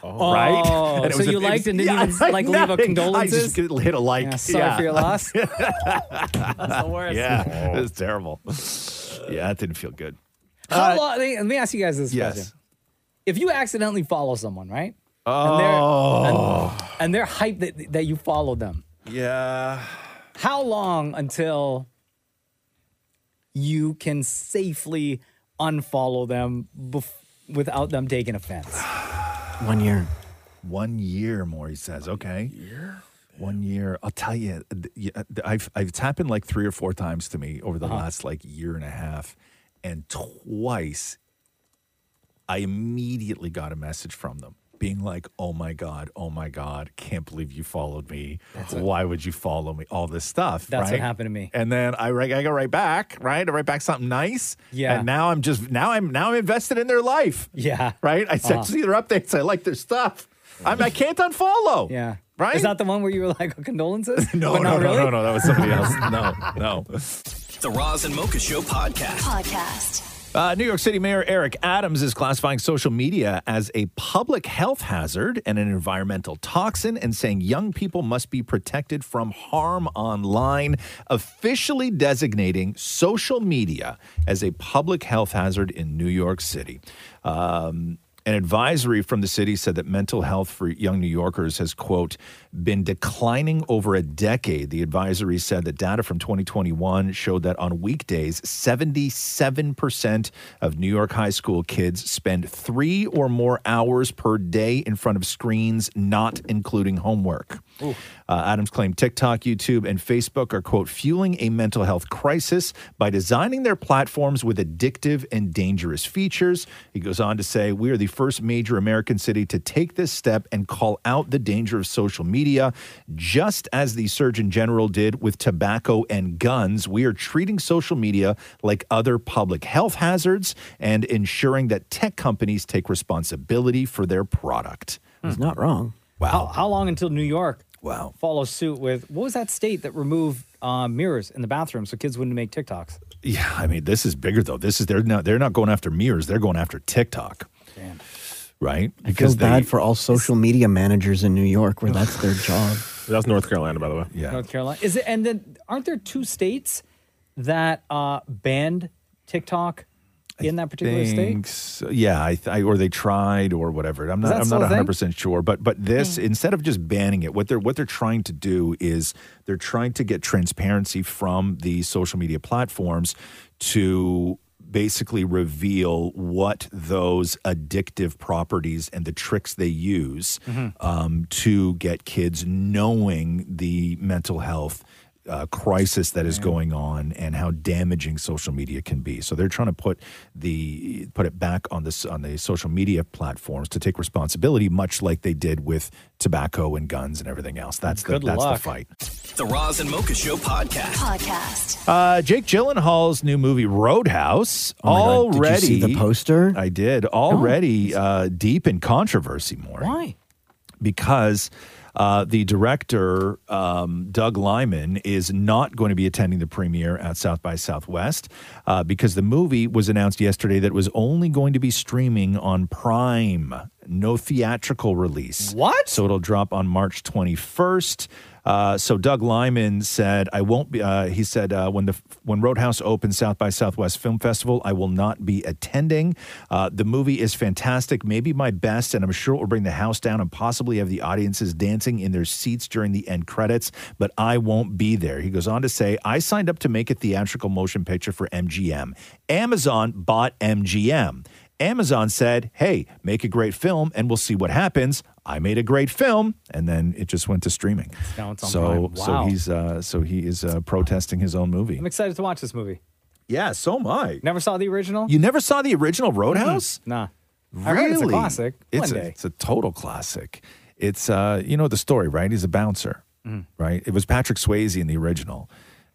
Oh.
right.
Oh,
it
so
was
you liked and didn't even, like, leave a
I
condolences?
just hit a like.
Yeah, sorry for your loss.
That's
the worst.
Yeah, it was terrible. Yeah, that didn't feel good.
How long? Let me ask you guys this
Uh, yes.
question: If you accidentally follow someone, right?
Oh.
And they're, and, and they're hyped that, that you followed them.
Yeah.
How long until you can safely unfollow them bef- without them taking offense?
One year. One year, Maury says. Okay. Year? One year. I'll tell you, th- y- uh, th- I've, I've, it's happened like three or four times to me over the
Uh-huh.
last like year and a half. And twice, I immediately got a message from them being like, oh my God, oh my God, can't believe you followed me. Why would you follow me? All this stuff.
That's
right?
what happened to me.
And then I, write- I go right back, right? I write back something nice.
Yeah.
And now I'm just, now I'm, now I'm invested in their life.
Yeah.
Right? I
Uh-huh.
said, see their updates. I like their stuff. I'm, I can't unfollow.
Yeah.
Right?
Is that the one where you were like, "Oh, condolences?
No, no,
But not
no,
really?
no, no. That was somebody else. No, no.
The Roz and Mocha Show podcast. Podcast.
Uh, New York City Mayor Eric Adams is classifying social media as a public health hazard and an environmental toxin and saying young people must be protected from harm online, officially designating social media as a public health hazard in New York City. Um, an advisory from the city said that mental health for young New Yorkers has, quote, been declining over a decade. The advisory said that data from 2021 showed that on weekdays, 77% of New York high school kids spend three or more hours per day in front of screens, not including homework. Uh, Adams claimed TikTok, YouTube, and Facebook are, quote, fueling a mental health crisis by designing their platforms with addictive and dangerous features. He goes on to say, We are the first major American city to take this step and call out the danger of social media, just as the Surgeon General did with tobacco and guns. We are treating social media like other public health hazards and ensuring that tech companies take responsibility for their product.
He's not wrong.
Wow. How, how long until New York
wow.
follows suit with what was that state that removed uh, mirrors in the bathroom so kids wouldn't make TikToks?
Yeah, I mean, this is bigger though. This is they're not they're not going after mirrors. They're going after TikTok. Right?
I feel
they-
bad for all social media managers in New York where that's their job.
That's North Carolina, by the way.
Yeah.
North Carolina. Is it? And then aren't there two states that uh, banned TikTok in that particular state?
think so. Yeah, I, th- I or they tried or whatever. I'm
Is
not
that
I'm
still
not
a thing?
100 percent sure, but but this instead of just banning it, what they're what they're trying to do is they're trying to get transparency from the social media platforms to basically reveal what those addictive properties and the tricks they use um, to get kids knowing the mental health uh, crisis that is going on and how damaging social media can be. So they're trying to put the put it back on this on the social media platforms to take responsibility, much like they did with tobacco and guns and everything else. That's the
Good
that's
luck.
the fight.
The Roz and Mocha Show podcast. Podcast.
Uh, Jake Gyllenhaal's new movie Roadhouse
Oh my God,
already
did you see the poster? Oh.
I did already uh, deep in controversy more
Why?
because Uh, the director, um, Doug Lyman, is not going to be attending the premiere at South by Southwest uh, because the movie was announced yesterday that it was only going to be streaming on Prime. No theatrical release. What? So it'll drop on March 21st. Uh, so Doug Lyman said, "I won't be." Uh, he said, uh, "When the when Roadhouse opens South by Southwest Film Festival, I will not be attending. Uh, the movie is fantastic, maybe my best, and I'm sure it will bring the house down and possibly have the audiences dancing in their seats during the end credits. But I won't be there." He goes on to say, "I signed up to make a theatrical motion picture for MGM. Amazon bought MGM." Amazon said, hey, make a great film and we'll see what happens. I made a great film, and then it just went to streaming.
Now it's on
so,
Prime.
so
Wow.
he's uh, so he is uh, protesting his own movie.
I'm excited to watch this movie.
Yeah, so am I.
Never saw the original?
You never saw the original Roadhouse?
Nah.
Really?
I heard it's a classic.
It's
One
a,
day.
it's a total classic. It's uh, you know the story, right? He's a bouncer,
Mm.
right? It was Patrick Swayze in the original,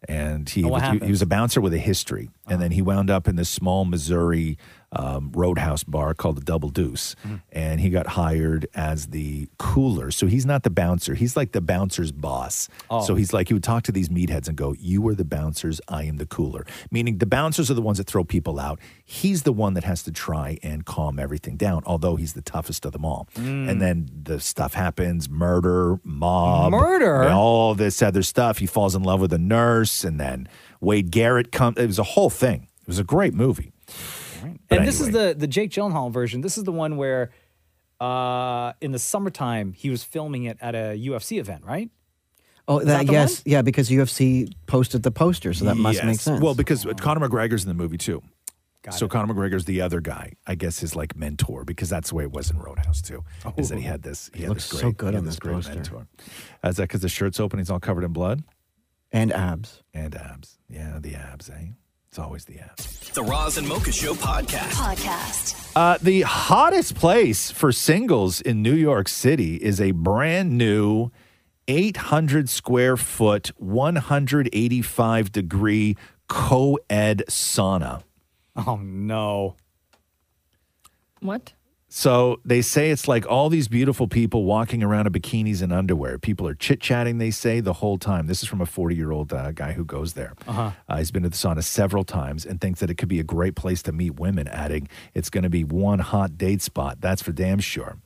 and he
And Oh,
was,
what
he, he
happened?
was a bouncer with a history, and then he wound up in this small Missouri um, roadhouse bar called the Double Deuce,
Mm-hmm.
and he got hired as the cooler. So he's not the bouncer; he's like the bouncer's boss.
Oh.
So he's like he would talk to these meatheads and go, "You are the bouncers, I am the cooler." Meaning the bouncers are the ones that throw people out. He's the one that has to try and calm everything down, although he's the toughest of them all.
Mm.
And then the stuff happens: murder, mob,
Murder?
and Uh, all this other stuff. He falls in love with a nurse, and then Wade Garrett comes. It was a whole thing. It was a great movie.
and this is the the Jake Gyllenhaal version. This is the one where, uh, in the summertime, he was filming it at a UFC event, right?
Oh,
Is
that,
that the
yes, yeah, because UFC posted the poster, so that must make
Yes.
sense.
Well, because Conor McGregor's in the movie too. so Conor McGregor's the other guy, I guess, his like mentor because that's the way it was in Roadhouse too. Is that he had this? He,
Oh. He
had
looks
this
so
great-
good
he had
on
this
this
great
poster.
mentor. Is that because the shirt's open? He's all covered in blood
and abs
and abs. Yeah, the abs. Eh? It's always the abs.
The Roz and Mocha Show podcast.
Podcast.
Uh, the hottest place for singles in New York City is a brand new 800 square foot, 185 degree co ed sauna.
Oh, no.
What?
So they say it's like all these beautiful people walking around in bikinis and underwear. People are chit chatting, they say, the whole time. This is from a 40 year old uh, guy who goes there.
Uh-huh.
Uh, he's been to the sauna several times and thinks that it could be a great place to meet women, adding, it's going to be one hot date spot. That's for damn sure.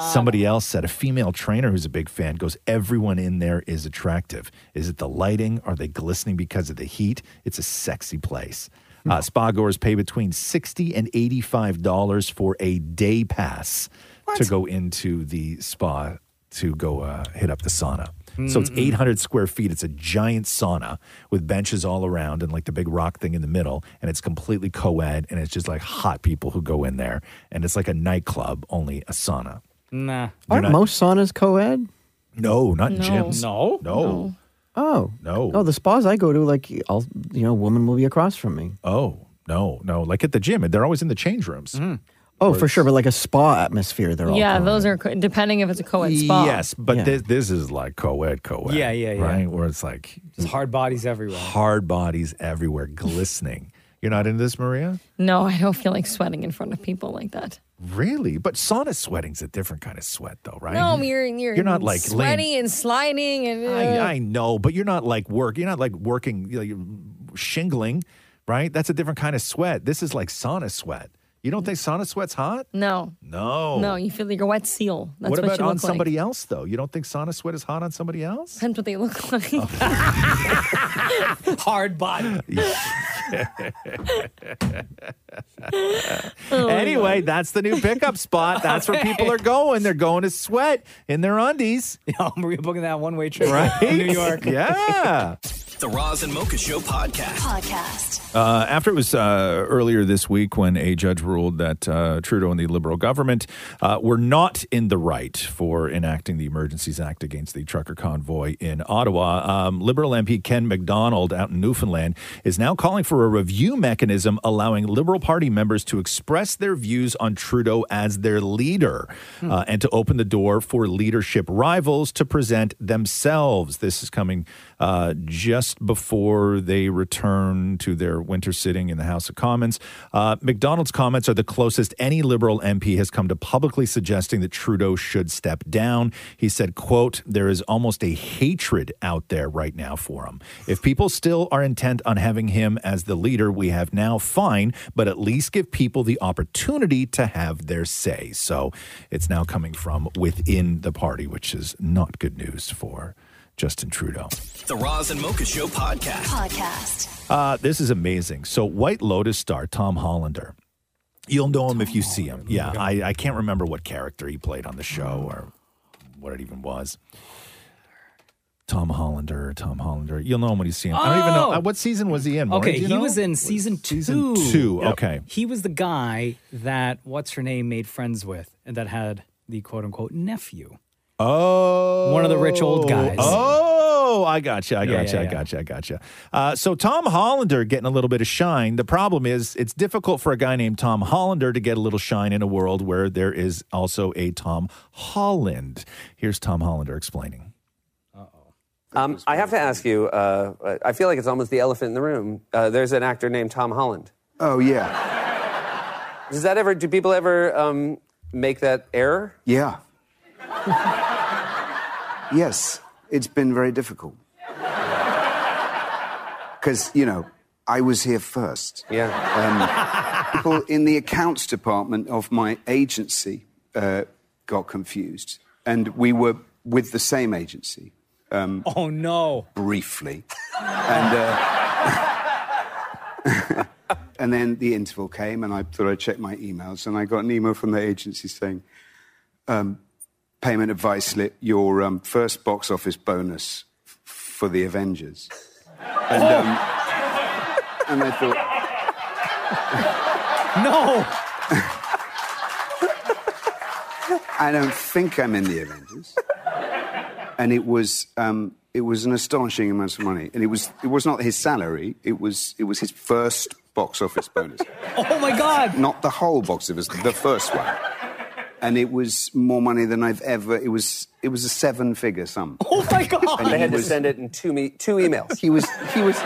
Somebody else said, a female trainer who's a big fan goes, everyone in there is attractive. Is it the lighting? Are they glistening because of the heat? It's a sexy place. Uh, spa goers pay between sixty and eighty-five dollars for a day pass to go into the spa to go uh, hit up the sauna. So it's
Mm-mm.
800 square feet. It's a giant sauna with benches all around and like the big rock thing in the middle. And it's completely co ed and it's just like hot people who go in there. And it's like a nightclub, only a sauna.
Nah.
aren't most saunas co-ed?
No, not in
No.
gyms.
No.
No.
Oh
No.
Oh, the spas I go to, like, I'll you know, a woman will be across from me.
Oh, no, no. Like at the gym, they're always in the change rooms.
Oh, for sure, but like a spa atmosphere, they're all.
yeah, those are co- depending if it's a co-ed spa.
Yes, but this, this is like co ed, co ed.
Yeah, yeah, yeah.
Right? Where it's like
Just hard bodies everywhere.
hard bodies everywhere, glistening. You're not into this, Maria?
No, I don't feel like sweating in front of people like that.
Really? But sauna sweating's a different kind of sweat, though, right?
No, you're you're,
You're not, like,
sweaty and sliding and.
I,
uh,
I know, but you're not like work. You're not like working, you know, you're shingling, right? That's a different kind of sweat. This is like sauna sweat. You don't think sauna sweat's hot?
no.
No.
No, you feel like a wet seal. That's
Oh. what
what,
about
you look
on somebody
like.
else, though? You don't think sauna sweat is hot on somebody else?
Depends what they look like.
Hard body.
Oh,
anyway,
my God.
that's the new pickup spot. That's where people are going. They're going to sweat in their undies.
Yeah, Maria booking that one way trip
Right?
to New York.
Yeah.
The Roz and Mocha Show podcast.
Podcast.
Uh, after it was uh, earlier this week when a judge ruled that uh, Trudeau and the Liberal government uh, were not in the right for enacting the Emergencies Act against the trucker convoy in Ottawa, um, Liberal MP Ken MacDonald out in Newfoundland is now calling for a review mechanism allowing Liberal Party members to express their views on Trudeau as their leader uh, and to open the door for leadership rivals to present themselves. This is coming uh, just just before they return to their winter sitting in the House of Commons. Uh, McDonald's comments are the closest any liberal MP has come to publicly suggesting that Trudeau should step down. He said, quote, there is almost a hatred out there right now for him. If people still are intent on having him as the leader we have now, fine, but at least give people the opportunity to have their say. So it's now coming from within the party, which is not good news for Justin Trudeau.
The Roz and Mocha Show podcast. Podcast.
Uh, this is amazing. So, White Lotus star Tom Hollander. You'll know him if you see him. Yeah, I, I can't remember what character he played on the show or what it even was. Tom Hollander, Tom Hollander. You'll know him when you see him. I don't even know.
Oh!
uh, What season was he in? Maury?
Okay,
Do you
he
know?
was in season two.
two, Yep. okay.
He was the guy that what's her name made friends with and that had the quote unquote nephew.
Oh,
One of the rich old guys.
Oh, I gotcha. I
Yeah,
gotcha.
yeah,
I
yeah.
gotcha. I gotcha. Uh, so Tom Hollander getting a little bit of shine. The problem is it's difficult for a guy named Tom Hollander to get a little shine in a world where there is also a Tom Holland. Here's Tom Hollander explaining.
Um, I have to ask you. Uh, I feel like it's almost the elephant in the room. Uh, there's an actor named Tom Holland.
Oh yeah,
Does that ever? Do people ever um, make that error?
yeah. yes, it's been very difficult. Because you know, I was here first.
Yeah.
Um, people in the accounts department of my agency uh, got confused, and we were with the same agency. Um,
oh no!
Briefly, and. Uh, And then the interval came, and I thought I'd check my emails, and I got an email from the agency saying, um, "Payment advice slip, your um, first box office bonus f- for the Avengers." And, um, and I thought,
"No,
I don't think I'm in the Avengers." And it was um, it was an astonishing amount of money, and it was it was not his salary; it was it was his first box office bonus.
Oh my God!
Not the whole box office, the first one. And it was more money than I've ever. It was it was a seven figure sum.
Oh my God!
And
They
he
had to
was-
send it in two me- two emails.
He was he was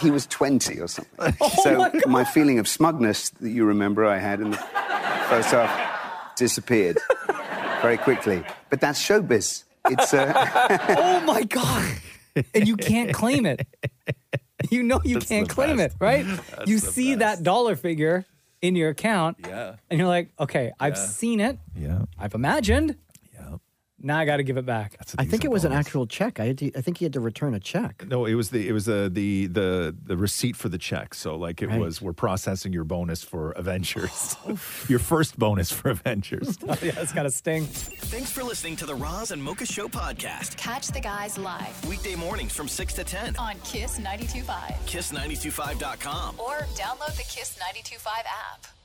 he was twenty or something.
Oh
so my, feeling of smugness that you remember I had in the first half disappeared very quickly. But that's showbiz. It's uh,
oh my god! And you can't claim it. You know you can't claim it, right? you see that dollar figure in your account, yeah, and you're like, okay, I've
Yeah.
seen it,
yeah,
I've imagined, yeah. Now I got to give it back.
I think it was an actual check. I, had to, I think he had to return a check.
No, it was the it was the the the, the receipt for the check. So like it
Right.
was we're processing your bonus for Avengers,
Oh.
your first bonus for Avengers.
yeah, it's got a sting.
Thanks for listening to the Roz and Mocha Show podcast.
Catch the guys live
Weekday mornings from 6 to 10.
on Kiss 92.5
Kiss925.com.
or download the Kiss 92.5 app.